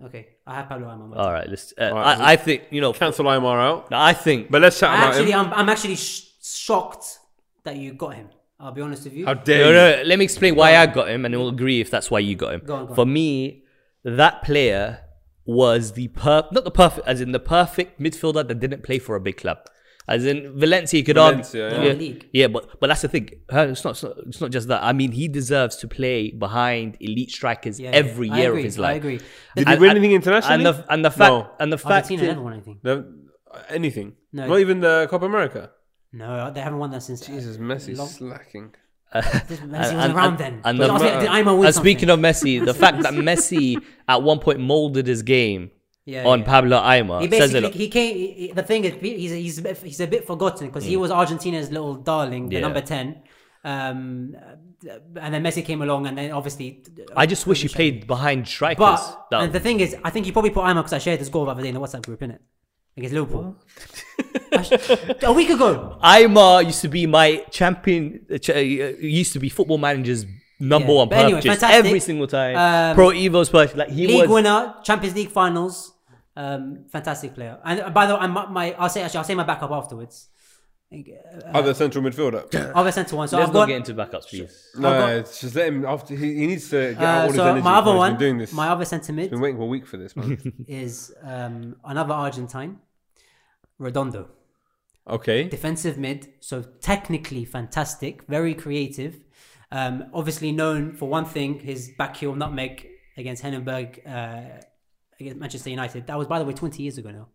Okay, I have Pablo Ayman.
All right, let's. Uh,
right.
I, I think you know.
Cancel IMR out.
I think.
But let's chat about
Actually,
him.
I'm, I'm actually sh- shocked that you got him. I'll be honest with you.
How dare
No,
you?
no, let me explain why I got him, and you'll agree if that's why you got him.
Go on, go on.
For me, that player was the per not the perfect, as in the perfect midfielder that didn't play for a big club. As in Valencia, you could
Valencia,
argue,
yeah.
Yeah, league.
yeah, but but that's the thing. Uh, It's not, it's not it's not just that. I mean, he deserves to play behind elite strikers
Yeah,
every
yeah. I
year
agree,
of his
I
life.
agree.
Did he win anything internationally?
And the, and the fact
No.
and the fact
Argentina
that-
never won anything.
No, anything.
No.
Not even the Copa America.
No, they haven't won that since.
Jesus, Messi slacking.
This Messi
And-
was
and-
around
and-
then.
and
But
the-
I'll say, did Ayman win
And
something?
speaking of Messi, the fact that Messi at one point molded his game
Yeah,
on
yeah.
Pablo Aymar
He
says
basically
a lot.
he came. he- he- the thing is, he- he's he's a bit, he's a bit forgotten because he was Argentina's little darling, the
Mm. Yeah.
number ten. Um, and then Messi came along, and then obviously,
I just wish he played behind strikers.
But
That-
and the thing is, I think he probably put Ayman because I shared this goal the other day in the WhatsApp group, innit? Against Liverpool. I sh- a week ago.
Aymar used to be my champion. uh, ch- uh, used to be football manager's number
Yeah.
one
But anyway,
purchase
fantastic.
every single time.
Um,
Pro Evo's purchase, like he
League
was.
winner, Champions League finals. Um, fantastic player. And uh, by the way, I'm, my I'll say actually I'll say my backup afterwards.
Other Oh, central midfielder.
Other centre one. So
Let's
I've
not
got
get into backups, please.
no,
I've got-
it's just let him. After he, he needs to get out
uh,
all his
so
energy.
my other
bro. He's
one,
Been doing this.
my other centre mid
been waiting for a week for this, man.
is um, another Argentine, Redondo.
okay.
defensive mid, so technically fantastic, very creative. Um, obviously known for one thing, his back heel nutmeg against Hennenberg uh, against Manchester United. That was, by the way, 20 years ago now.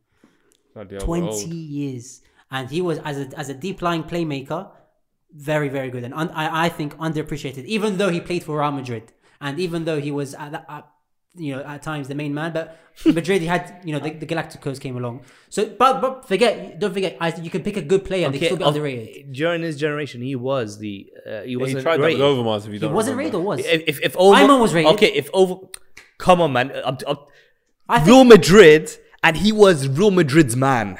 Bloody hell, we're
20
old.
years. And he was, as a, as a deep lying playmaker, very, very good. And un- I, I think underappreciated, even though he played for Real Madrid. And even though he was, at, that- at, you know, at times the main man. But Madrid, he had, you know, the, the Galacticos came along. So, but, but forget, don't forget, I, you can pick a good player and they still be
of-
underrated.
during his generation, he was the uh, he
He
wasn't
tried that
great.
with Overmars if you
He
don't.
wasn't rated
remember.
or was?
If if, if over,
Ayman was rated.
Okay, if over, come on, man. Uh, uh,
I think,
Real Madrid, and he was Real Madrid's man.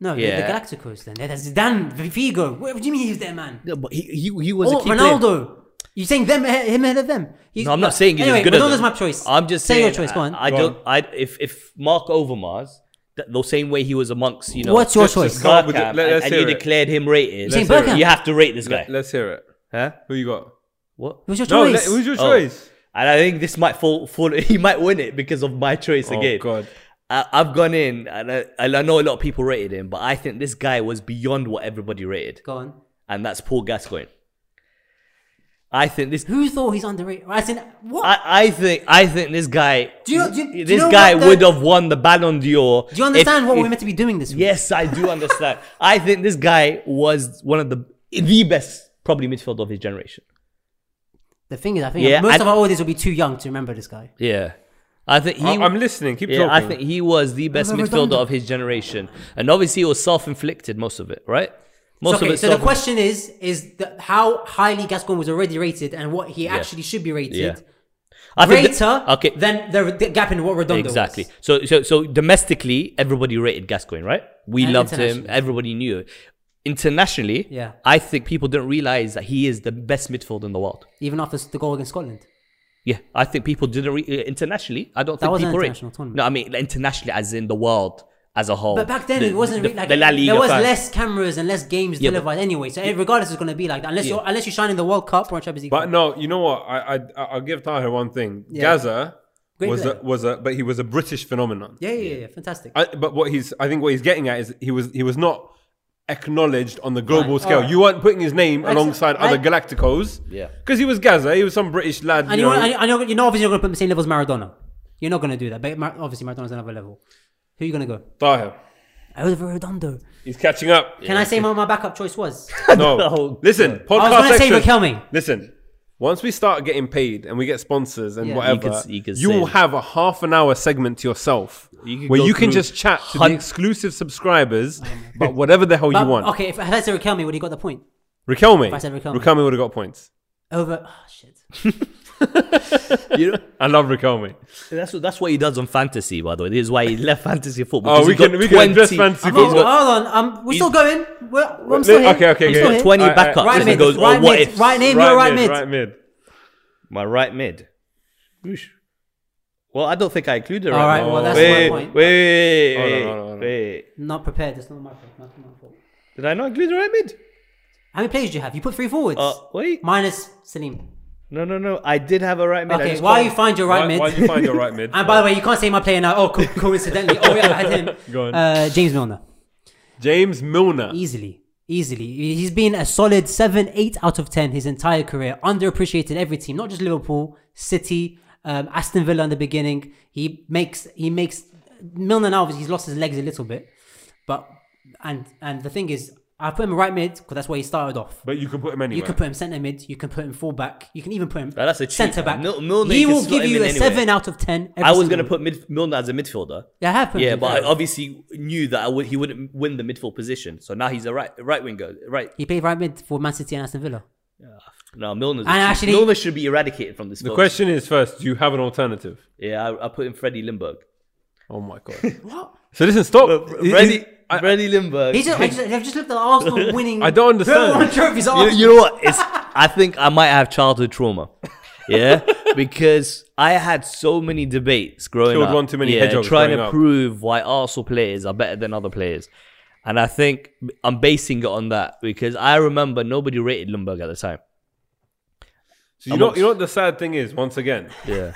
no,
Yeah.
the Galacticos then. That's Dan Figo. What, what do you mean he's their man?
No, but he, he, he was
Oh,
a key player.
Ronaldo. You saying them ahe- him ahead of them? He's-
No, I'm not saying he's
anyway,
as good as
Ronaldo's
them.
my choice.
I'm just
say
saying,
your choice. Go on.
I, I
Go
don't. I if if Mark Overmars, th- the same way he was amongst you know.
What's your
just-
choice?
just- Start with
Bergkamp
it. Let-
and-
let's
and,
hear
you
it.
declared him rated.
Let's
saying
hear
Bergkamp?
it.
You have to rate this guy,
Let- Let's hear it.
huh?
Who you got?
What?
Who's your
No, let-
choice?
who's your
Oh.
choice?
And I think this might fall. fall he might win it because of my choice
Oh
again.
God.
I, I've gone in, and I, and I know a lot of people rated him, but I think this guy was beyond what everybody rated,
Go on.
and that's Paul Gascoigne. I think this.
Who thought he's underrated? I said what?
I, I think I think this guy
Do you- do you- do you
this
know
guy
what the-
would have won the Ballon d'Or.
do you understand
if-
what
if-
we're meant to be doing this week?
Yes, I do understand. I think this guy was one of the the best probably midfielder of his generation.
The thing is, I think
Yeah,
most
and-
of our audience will be too young to remember this guy.
Yeah. I think he
I- I'm listening. Keep
yeah,
talking.
I think he was the best
Remember
midfielder
Redondo?
of his generation. And obviously it was self-inflicted most of it, right? Most
okay,
of it
so the
self-
question is, is the, how highly Gascon was already rated and what he actually should be rated
Yeah. I think
greater
the- okay.
than the, the gap in what Redondo was.
Exactly. So, so, so domestically, everybody rated Gascoigne, right? We
And
loved him.
internationally.
Everybody knew. it. Internationally,
Yeah.
I think people didn't realize that he is the best midfielder in the world.
Even after the goal against Scotland.
Yeah, I think people didn't re- uh, internationally. I don't
That
think
was an
people rate-
international tournament.
No, I mean like, internationally, as in the world as a whole.
But back then,
Oh, The-
it wasn't
the,
really like
the La Liga.
there was
fans.
less cameras and less games
Yeah, but-
televised anyway. So regardless, it's going to be like that unless you are unless you shine in the World Cup or in Champions League.
But no, you know what? I I I'll give Tahir one thing.
Yeah.
Gaza
Great
was a,
player.
was a but he was a British phenomenon.
yeah, yeah, yeah, yeah, fantastic.
I, but what he's I think what he's getting at is he was he was not acknowledged on the global scale.
alright.
You weren't putting his name
That's-
alongside other Galacticos.
Yeah.
Because he was Gaza, he was some British lad.
And
you
you,
know.
want- and you, know, you know, obviously, you're going to put him the same level as Maradona. You're not going to do that. But Mar- obviously, Maradona's another level. Who are you going to go?
Tahir.
Oliver Redondo.
He's catching up.
Can I say what my backup choice was?
No.
No.
Listen, podcast
I was gonna say
extras.
Raquelme.
Listen, once we start getting paid and we get sponsors and
Yeah.
whatever,
You
you,
could- you could say-
will have a half an hour segment to yourself
You could
where
go
you can
through
just chat to
hun-
the exclusive subscribers about whatever the hell
But-
you want.
Okay, if, if I said Raquelme, would he got the point?
Raquelme.
I said Raquelme.
would have got points.
Over. Oh, shit.
You know,
I love Raquelme.
that's what that's what he does on fantasy. By the way, this is why he left fantasy football.
Oh,
because
we
he got
can- we can address
20
fantasy
he's
football.
Hold,
got
on, hold on. Um, we're still going. We're, we're- I'm still
Okay, okay,
here. I'm
okay.
still here.
20
Alright, alright.
backups. Right
Right
Listen,
mid.
goes,
Right
oh, what
mid.
ifs?
Right name, you're right mid.
Right mid.
My right mid. Whoosh. Well, I don't think I included.
All right,
mid.
well, that's
wait,
my point.
Wait,
Hold on,
wait,
hold on, hold on.
wait.
Not prepared. That's not my fault. Not my fault.
Did I not include the right mid?
How many players do you have? You put three forwards.
Uh, wait.
Minus Salim.
No, no, no. I did have a right mid. I
Okay,
just
while
can't-
you find your right
Why,
mid.
why did you find your right mid?
and by the way, you can't say my player now. Oh, co- coincidentally. oh, yeah, I had him.
Go on.
Uh, James Milner.
James Milner.
Easily. Easily. He's been a solid 7, 8 out of 10 his entire career. Underappreciated every team, not just Liverpool, City, um, Aston Villa in the beginning. He makes, he makes, Milner now, obviously, he's lost his legs a little bit. But, and, and the thing is, I put him right mid because that's where he started off.
But you can put him anywhere.
You can put him centre mid. You can put him full back. You can even put him
Oh, that's a cheat.
centre back.
Mil- Milner,
he
you can
will
slot
give
him
you
in
a
anywhere.
seven out of ten. every
I was
single
going to
week.
put mid- Milner as a midfielder.
Yeah, I have put. him
Yeah,
in
but I
there.
obviously knew that I would, he wouldn't win the midfield position. So now he's a right right winger. Right.
he played right mid for Man City and Aston Villa.
No, Milner's a
And
cheat.
actually-
Milner should be eradicated from this.
the
film.
question is first, do you have an alternative?
Yeah, I, I put in Freddie Lindbergh.
Oh my god. what? So listen, stop. He-
Freddie,
he- I-
Freddie Lindbergh.
He just, I just, they've just looked at Arsenal winning.
I don't understand.
Everyone trophies.
you,
Arsenal.
you know what? It's I think I might have childhood trauma. Yeah, because I had so many debates growing
Killed
up.
one too many
yeah,
hedgehogs
trying
growing
to
up.
prove why Arsenal players are better than other players, and I think I'm basing it on that because I remember nobody rated Lindbergh at the time.
So you know, you know what the sad thing is. Once again,
Yeah,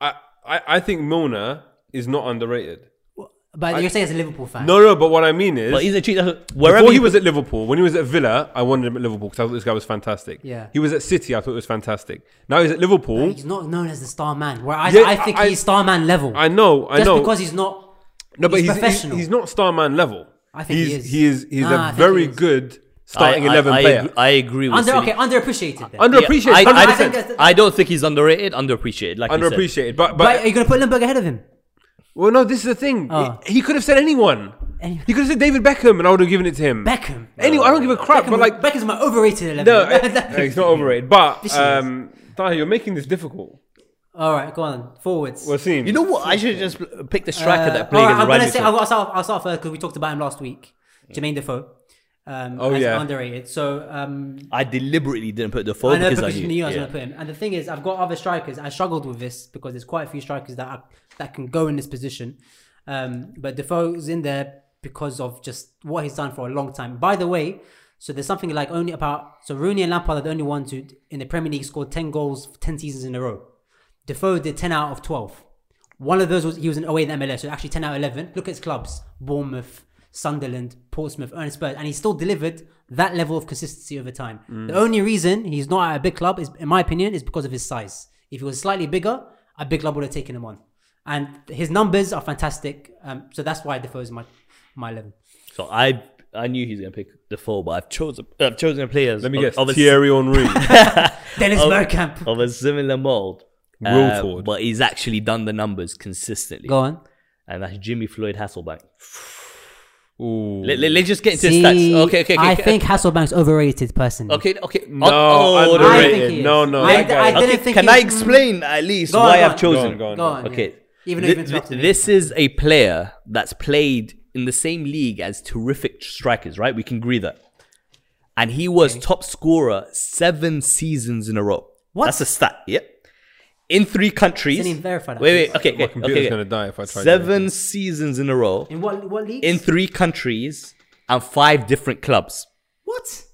I, I, I think Milner is not underrated.
but you're saying as a Liverpool fan.
No, no. But what I mean is,
but he's a cheat. Wherever
before he
you
was at Liverpool, when he was at Villa, I wanted him at Liverpool because I thought this guy was fantastic.
Yeah.
He was at City, I thought it was fantastic. Now he's at Liverpool.
he's not known as the star man. Where I,
Yeah,
I think
I-
he's star man level.
I know, I
just
know.
because he's not.
no, but
he's
he's
professional.
He's, he's not star man level.
I think he
he's,
is.
He is. He's
Nah,
a
I think
very
he is.
good
I,
starting
I-
eleven
I,
player.
agree- I agree with
Under,
Sidi.
okay, underappreciated. Then.
Yeah,
Underappreciated.
I, I,
100%.
think that's the-
I don't think he's underrated. Underappreciated. Like you said.
underappreciated. But,
but
but
are you going to put Lindbergh ahead of him?
well, no, this is the thing.
Oh.
He, he could have said anyone.
Anyone.
He could have said David Beckham, and I would have given it to him.
Beckham.
Any, I don't give a crap.
Beckham,
but like,
Beckham's my overrated eleven.
no, it- it's not overrated. But
is-
um, Tahir, you're making this difficult.
All right, go on. Forwards.
We're seeing.
You know what? I should just pick the striker
Uh,
that played
all right,
in the
I'm
right
gonna say
midfield.
I'll, I'll start, I'll start first because we talked about him last week. Jermaine Defoe. Um,
Oh,
as
yeah.
underrated. So um,
I deliberately didn't put the four
I know
because,
because
I
you
knew.
knew I was
yeah.
going to put him. And the thing is, I've got other strikers. I struggled with this because there's quite a few strikers that are, that can go in this position. Um, but Defoe's in there because of just what he's done for a long time. By the way, so there's something like only about so Rooney and Lampard are the only ones who in the Premier League scored ten goals ten seasons in a row. Defoe did ten out of twelve. One of those was he was an away in MLS, so actually ten out of eleven. Look at his clubs: Bournemouth, Sunderland, Portsmouth, Ernest Spurs, and he still delivered that level of consistency over time.
Mm.
The only reason he's not at a big club is, in my opinion, is because of his size. If he was slightly bigger, a big club would have taken him on. And his numbers are fantastic, um, so that's why Defoe is my my eleven.
So I I knew he was going to pick the four, but I've chosen I've chosen a player.
Let me guess.
Of, a,
Thierry Henry.
Dennis
Oh.
Bergkamp.
of a similar mold. uh,
Wilford.
but he's actually done the numbers consistently,
Go on.
and that's Jimmy Floyd Hasselbank.
Ooh.
Let, let, us just get into
See,
stats. Okay, okay, okay.
I
okay.
think Hasselbank's overrated personally.
Okay, okay. Oh,
No,
I think
Overrated.
he is.
No, no,
I,
that guy-
I didn't
Okay,
think
can
he
I
was-
explain at least
Go on,
why
go
I've
on.
Go on,
chosen?
go on.
Go on.
Okay.
yeah. Even though
Thi-
you've
thi-
interrupted me.
this is a player that's played in the same league as terrific strikers, right? We can agree that. And he was top scorer seven seasons in a row.
What?
That's a stat. Yep. In three countries.
Didn't even verify that,
Wait, wait.
please.
Okay,
My
okay,
computer's
okay.
gonna die if I try. to-
Seven seasons in a row
In what what league?
in three countries and five different clubs.
what?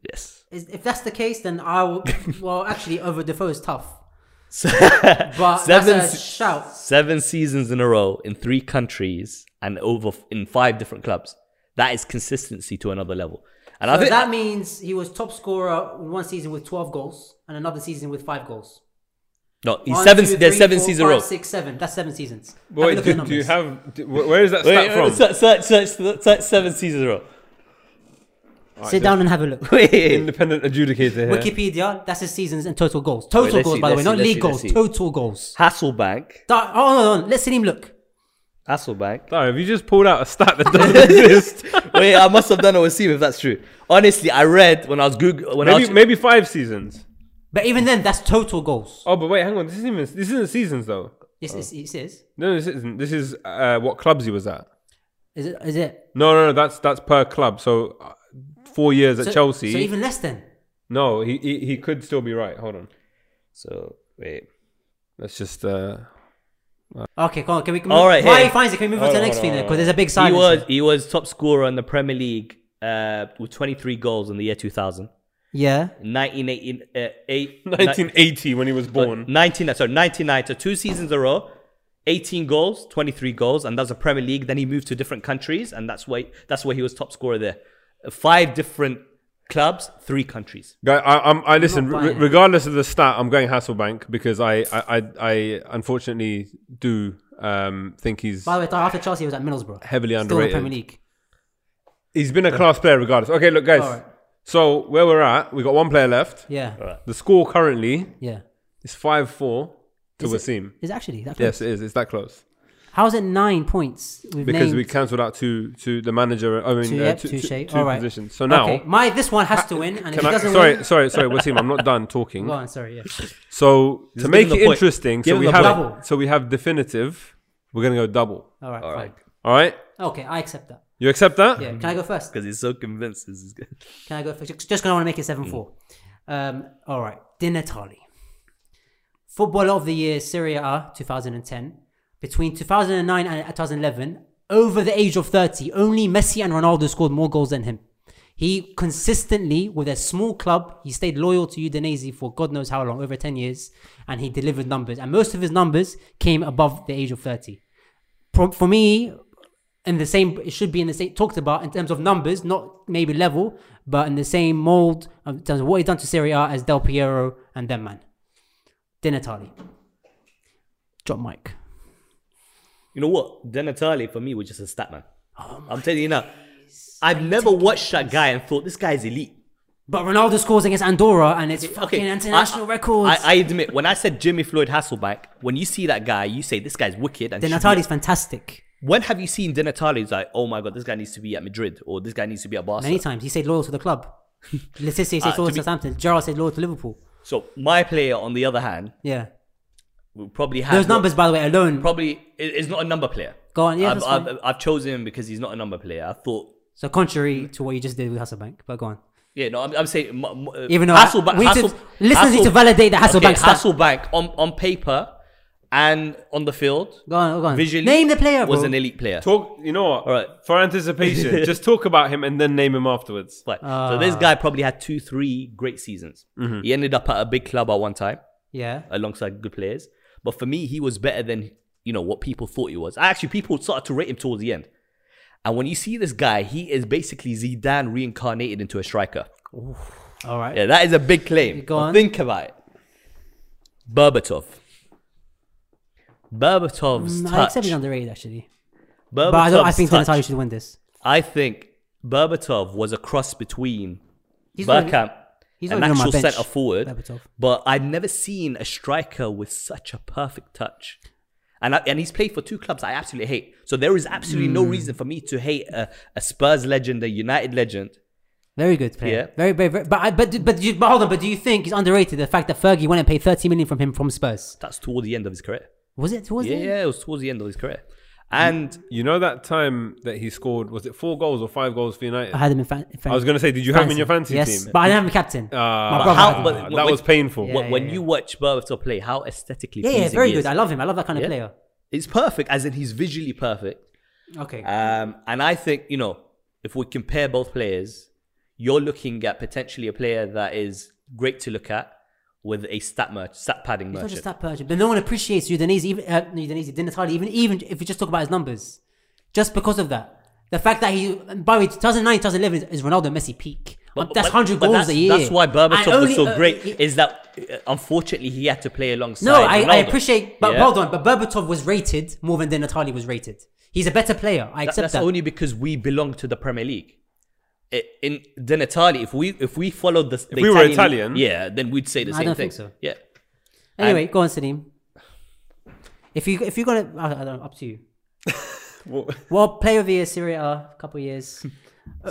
Yes.
Is, if that's the case, then I will. well, actually, over Defoe is tough. But
Seven
that's a
se-
shout.
Seven seasons in a row in three countries and over f- in five different clubs. That is consistency to another level. And I
So
think
that means he was top scorer in one season with 12 goals and another season with five goals.
no, he's
One,
seven.
two,
there's
three,
seven
four,
seasons in a
five,
row.
six, seven. That's seven seasons. Have a
Wait,
look at the
do, do you
numbers.
have? Do, wh- where is that
Wait,
stat from?
search, search, search, search seven seasons in a row.
Sit down and have a look.
Wait.
Independent adjudicator here.
Wikipedia, that's his seasons and total goals. Total
let's
goals,
see,
by the way,
let's
not
see, let's
league
see,
goals.
let's see.
Total goals.
Hasselbank.
That, oh, hold on, let's see him look.
Hasselbank.
Damn, have you just pulled out a stat that doesn't exist?
Wait, I must have done a Wasim if that's true. Honestly, I read when I was Google when I
Maybe
was
maybe five seasons.
But even then, that's total goals.
Oh, but wait, hang on. This isn't even, this isn't seasons though.
Uh.
Yes, it's- it says.
No, this isn't. This is uh, what clubs he was at.
Is it? Is it?
No, no, no. That's that's per club. So uh, four years at
So-
Chelsea.
So even less than.
no, he, he he could still be right. Hold on.
So wait.
Let's just. Uh,
Okay, come on. Can we? Can
All right,
Why
here.
he finds it? Can we move on to the
Hold
next
on,
thing?
hold on,
Because there's a big
He
silence.
was he was top scorer in the Premier League uh, with 23 goals in the year 2000.
Yeah.
1980 uh, eight,
1980 when he was born.
19 sorry 99 so two seasons in a row 18 goals 23 goals and that's a premier league then he moved to different countries and that's why that's where he was top scorer there five different clubs three countries
Guy, I, I'm, I listen.
buying
Re-
it.
regardless of the stat, I'm going Hasselbank because I, I, I, I unfortunately do um, think he's
By the way, after Chelsea, he was at Middlesbrough.
heavily
Still in the Premier
underrated.
League.
He's been a class player regardless. Okay, look, guys.
Alright.
So where we're at, we got one player left.
Yeah.
The score currently
Yeah.
is five four to
Is it-
Wasim.
Is it actually that close?
Yes, it is. It's that close
How's it nine points? We've
because
named
we cancelled out two to the manager. I mean,
two,
uh,
yep,
two,
two
two-
shade.
two
All right.
positions. So now,
okay. my this one has to win, and if
can
he
I,
doesn't
sorry,
win,
sorry, sorry, Wasim, I'm not done talking.
go on. Sorry. Yeah.
So to
give
make
him
it
the point.
interesting,
Give
so
him
we
the
have
point. Double.
so we have definitive. We're gonna go double.
All right.
all
fine.
right
All right,
Okay, I accept that.
you accept that?
Yeah. Can I go first?
because he's so convinced this is good
Can I go first? Just because I want to make it 7 4. Um, all right. Di Natale. Footballer of the Year, Serie A 2010. Between 2009 and 2011, over the age of 30, only Messi and Ronaldo scored more goals than him. He consistently, with a small club, he stayed loyal to Udinese for God knows how long, over 10 years, and he delivered numbers. And most of his numbers came above the age of 30. For, for me, in the same it should be in the same talked about in terms of numbers, not maybe level, but in the same mold um, in terms of what he's done to Serie A as Del Piero and them man. Di Natale. Drop mic.
you know what De Natale for me was just a stat man
Oh
i'm telling you now i've never watched that guy and thought this guy's elite
But Ronaldo scores against Andorra and it's fucking international
I,
records.
I, I admit, when I said Jimmy Floyd Hasselback, when you see that guy, you say this guy's wicked. And
Di
should be-
Natale's fantastic.
When have you seen Di Natale's like, oh my god, this guy needs to be at Madrid or this guy needs to be at Barca?
Many times he stayed loyal to the club. Letizia says
Ah,
loyal to
to be-
Southampton. Gerrard said loyal to Liverpool.
So my player, on the other hand,
Yeah.
will probably have
Those numbers, by the way, alone.
Probably i- is not a number player.
Go on, yeah,
I've,
that's
I've,
fine.
I've chosen him because he's not a number player. I thought,
So contrary to what you just did with Hasselbank, but go on.
yeah, no, I'm, I'm saying mu- mu- uh,
Even though
Hasselbank.
we need to-
Hassel,
listeners need to validate the Hasselbank stat.
Hasselbank on on paper and on the field,
Go on, go on.
visually,
Name the player, bro.
was an elite player.
Talk. You know what?
All right.
For anticipation, just talk about him and then name him afterwards.
But so
Ah.
this guy probably had two, three great seasons.
Mm-hmm.
He ended up at a big club at one time.
yeah.
alongside good players. But for me, he was better than you know what people thought he was. Actually, people started to rate him towards the end. And when you see this guy, he is basically Zidane reincarnated into a striker.
All right.
Yeah, that is a big claim.
Go
Now
on.
Think about it. Berbatov. Berbatov's
Mm, I
touch.
accept he's underrated actually.
Berbatov's
But I, don't, I think Di
touch.
Natale should win this.
I think Berbatov was a cross between
He's not
Bergkamp,
he's
an
not even on my
actual
bench,
centre forward.
Berbatov.
But I've never seen a striker with such a perfect touch. And, I, and he's played for two clubs I absolutely hate. So there is absolutely
Hmm.
no reason for me to hate a, a Spurs legend, a United legend.
Very good player.
Yeah.
Very, very, very. But I, but but, you, but hold on. But do you think he's underrated? The fact that Fergie went and paid thirty million from him from Spurs.
That's toward the end of his career.
Was it? Was
yeah,
it?
yeah, it was towards the end of his career. And
You know that time that he scored was it four goals or five goals for United?
I had him in. Fan, fan,
I was gonna say, did you have him in your fantasy
yes,
team?
but I didn't have him captain.
Ah,
My brother.
how-
had him.
but-
that
when-
was painful.
Yeah,
wh- when
yeah,
you
yeah.
watch Berbatov play, how aesthetically
yeah, yeah,
pleasing
very
he is.
good. I love him. I love that kind of
Yeah.
player.
It's perfect, as in he's visually perfect.
Okay.
Um, and I think, you know, if we compare both players, you're looking at potentially a player that is great to look at with a stat merch, stat padding
it's not just
merchant.
that Persian, but no one appreciates Udinese, even uh, Udinese, Di Natale, even even if we just talk about his numbers, just because of that. The fact that he, by the way, 2009, 2011 is Ronaldo Messi peak. that's 100
but
goals
that's,
a year.
That's why Berbatov
And
was
only,
so
uh,
great.
he-
is that uh, unfortunately he had to play alongside.
no, I, I
Ronaldo.
appreciate, but
Yeah.
hold on. But Berbatov was rated more than Di Natale was rated. He's a better player. I
That-
accept
that's
that.
only because we belong to the Premier League. I- In Di Natale, if we if we followed the, the
we were Italian-
yeah, then we'd say the
I
same
don't
thing.
think so.
Yeah,
anyway, go on, Salim. If you if you're gonna, I, I don't know, up to you. Well, player of the year, Serie A, couple of years.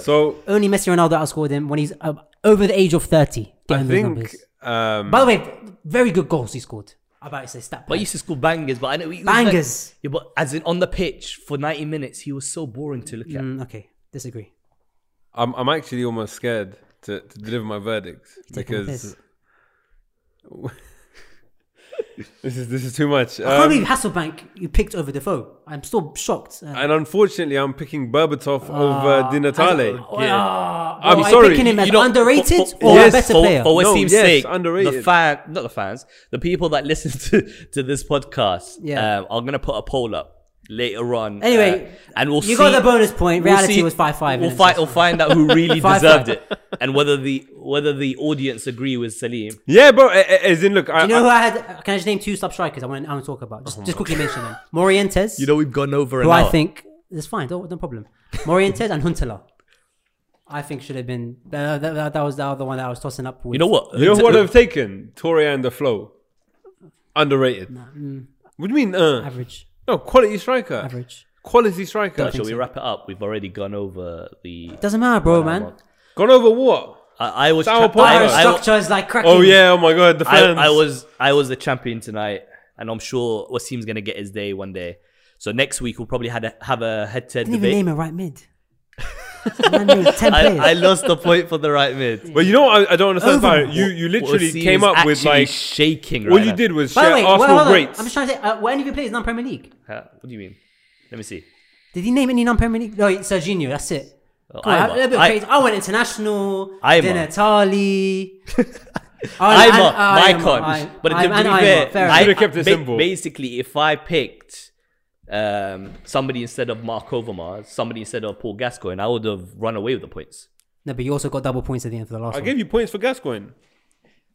so
Only Messi, Ronaldo outscored him when he's uh, over the age of thirty.
I
given those
think
numbers.
um,
By the way, very good goals he scored. About his stat.
but
plan.
he used to score bangers. But I know he was
Bangers.
Like, yeah, but as in on the pitch for ninety minutes, he was so boring to look at.
Mm, okay, disagree.
I'm I'm actually almost scared to, to deliver my verdict
taking the
because
piss.
this is this is too much.
I can't
Um,
believe Hasselbank you picked over Defoe. I'm still shocked. Uh,
and unfortunately, I'm picking Berbatov
Ah.
over Di Natale.
I'm
I'm sorry,
picking him as
You know,
um, underrated
for-
or
yes,
a better
for,
player?
For
No,
Wasim's
yes,
sake, the
underrated.
fan, not the fans, the people that listen to, to this podcast,
Yeah.
um, I'm gonna put a poll up later on.
Anyway,
uh, and we'll
you
see,
got the bonus point. Reality was 5-5,
We'll,
and
fi-
it's
we'll find out who really
5-5.
deserved it and whether the whether the audience agree with Salim.
Yeah, bro. a- a- As in, look, I,
you know
I-
who I had? Can I just name two sub strikers? I want. I want to talk about. Just, just quickly mention them. Morientes,
Oh. know we've gone over
who I think is fine. No, no problem. Morientes and Huntelaar. I think should have been. Uh, that, that, that was the other one that I was tossing up with.
You know what?
you know what I've taken Torre and the flow. Underrated.
mm.
What do you mean? Uh,
Average.
no, quality striker.
Average.
Quality striker.
Shall we wrap it up? We've already gone over the.
Doesn't matter, bro, man.
Gone over what?
I, I was.
Sour
tra-
Paul.
I,
Our
Our
I, I,
structure is like cracking.
Oh yeah! Oh my God! The
I,
fans.
I was I was the champion tonight, and I'm sure Wasim's gonna get his day one day. So next week we'll probably had a, have a head-to-head
Didn't even
debate.
name a right mid. Man named ten players.
I, I lost the point for the right mid.
But you know what? I, I don't understand.
Over.
Farah. You you literally
Wasim
came
is
up with
actually
like
shaking. Right
all you
now.
did was
By the
share
way, well,
Arsenal
hold on.
greats.
I'm just trying to say, uh, were any of your players non-Premier League?
Huh? What do you mean? Let me see.
Did he name any non-Premier League? No, it's Serginho. That's it.
Well,
Come on,
Aymar.
a little bit
I-
crazy. I went international.
Aymar.
Then Natali.
I'm a Mycon. but to be fair, I
Should've kept it
ba-
simple.
Basically, if I picked um, somebody instead of Mark Overmars, somebody instead of Paul Gascoigne, I would have run away with the points.
no, but you also got double points at the end for the last
I
one.
gave you points for Gascoigne.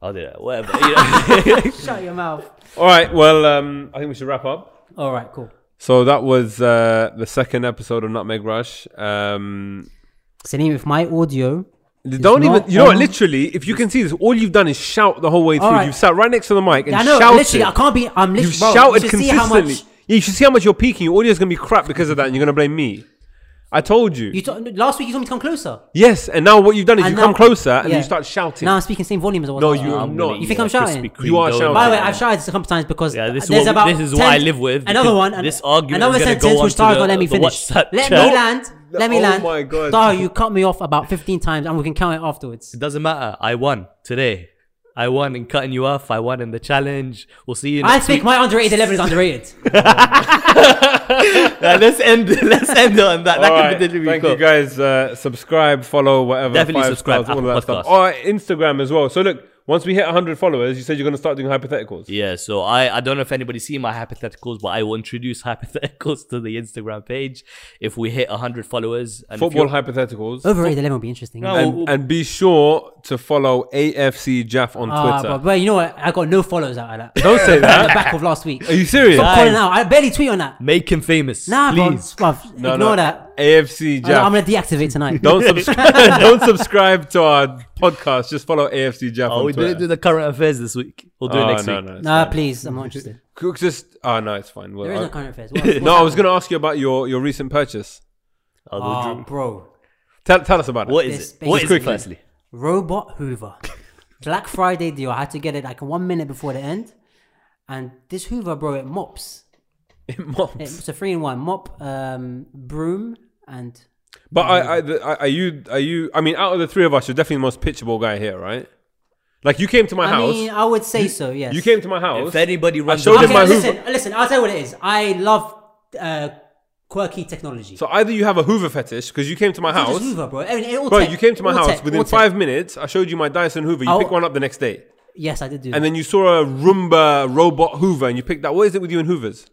I'll do that. Whatever. You know?
Shut your mouth.
All right. Well, um, I think we should wrap up.
All right, cool.
So that was uh, the second episode of Nutmeg Rush. Um,
Salim, if my audio.
don't
not
even. You know what?
on.
Literally, if you can see this, all you've done is shout the whole way through.
right.
You've sat right next to the mic and
I know,
shouted.
literally, I can't be. I'm literally.
You've
bro,
shouted
you should see how
consistently.
much.
Yeah, you should see how much you're peaking. Your audio's gonna be crap because of that, and you're gonna blame me. I told you.
You to- last week you told me to come closer.
yes, and now what you've done is
And
you
now-
come closer and
yeah.
you start shouting.
Now I'm speaking same volume as I was.
No,
last
you
week.
are
I'm
not.
gonna
You
eat
think
a
I'm shouting?
Krispy Kreme
You are
donut.
shouting.
By the way, I've shouted sometimes because
Yeah, this is
there's
what-
about
this is what I
10
live with,
Another
because
one. and-
this argument
Another
is gonna
sentence
go
which
on to
Tara
the-
got let me
the
finish.
WhatsApp
Let
chat.
me land. Let me
Oh
land.
my God.
Tara, you cut me off about 15 times and we can count it afterwards.
It doesn't matter. I won today. I won in cutting you off. I won in the challenge. We'll see you
I
next
think my underrated 11 is underrated.
week. let's end. Let's end on that. That
All
could
right.
potentially be
Thank
cool.
you guys. Uh, subscribe, follow, whatever.
Definitely subscribe,
stars,
Apple Podcast.
Or Instagram as well. So look, once we hit 100 followers, you said you're going to start doing hypotheticals.
Yeah, so I, I don't know if anybody's seen my hypotheticals, but I will introduce hypotheticals to the Instagram page if we hit 100 followers. And if
Football
you're- Oh.
hypotheticals.
Overrated 11 would be interesting.
No,
and, and be sure to follow AFC Jaff on
Ah,
Twitter.
but, but you know what? I got no follows out of that.
Don't say
the
that.
back of last week.
Are you serious?
Stop calling
Guys.
out. I barely tweet on that.
make him famous.
Nah, bro.
please.
bruv,
No,
ignore
no.
that.
AFC
I-
Jaff.
I'm going to deactivate tonight.
don't subscribe. don't subscribe to our podcast. Just follow AFC Jaff
Oh,
on
we
Twitter.
didn't do the current affairs this week. We'll do
Oh,
it next
no,
week.
no, it's
Nah,
fine.
please. I'm not interested.
Cook just. Oh no, it's fine. Well,
There is
I-
no current affairs. What-
no, I was
what's
going to ask you about your, your recent purchase.
I'll do
happening?
Drew.
Ah, bro.
Tell, tell us about it.
What is
This
it? What is
basically-
it, firstly?
Robot Hoover. Black Friday deal. I had to get it like one minute before the end. And this Hoover, bro, it mops.
Mops.
It's a three in one mop, um, broom, and
But
Mm-hmm.
I, I, the- I, are you, are you? I mean, out of the three of us, you're definitely the most pitchable guy here, right? Like you came to my
I
house.
mean, I would say so. Yes.
you came to my house.
If anybody runs
showed
away-
him
Okay,
my Hoover.
listen, listen. I'll tell you what it is. I love uh, quirky technology.
so either you have a Hoover fetish because you came to my
It's not
house,
just Hoover, bro. I mean, it all
bro.
tech,
You came to my
all
house
tech,
within
all tech.
five minutes. I showed you my Dyson Hoover. You
I'll-
picked one up the next day,
Yes, I did do.
and
that.
then you saw a Roomba robot Hoover, and you picked that. What is it with you and Hoovers?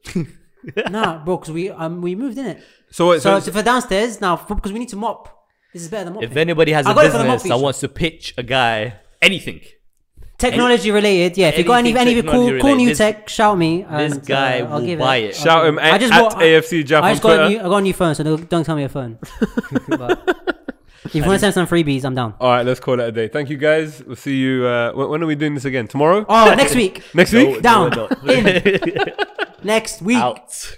nah, bro, because we um we moved in it.
So wait,
So,
so,
so for downstairs now, because we need to mop. This is better than mopping.
If anybody has
I
a
got it for the
business
mop
that
feature.
wants to pitch a guy anything,
technology related, yeah. If you got any
anything
any cool, cool
technology
new
related,
tech, shout me.
this
and,
guy
uh, I'll
will
give
buy it.
I'll
Shout
give
him at- at AFC Jaffa
I just got a,
Twitter.
new, I got a new phone, so don't, don't tell me a phone. but if you want to send some freebies, I'm down.
all right, let's call it a day. Thank you guys. We'll see you. Uh, when, when are we doing this Oh. again? Tomorrow?
Oh, next week,
Next week?
down,
no.
in, next week.
out.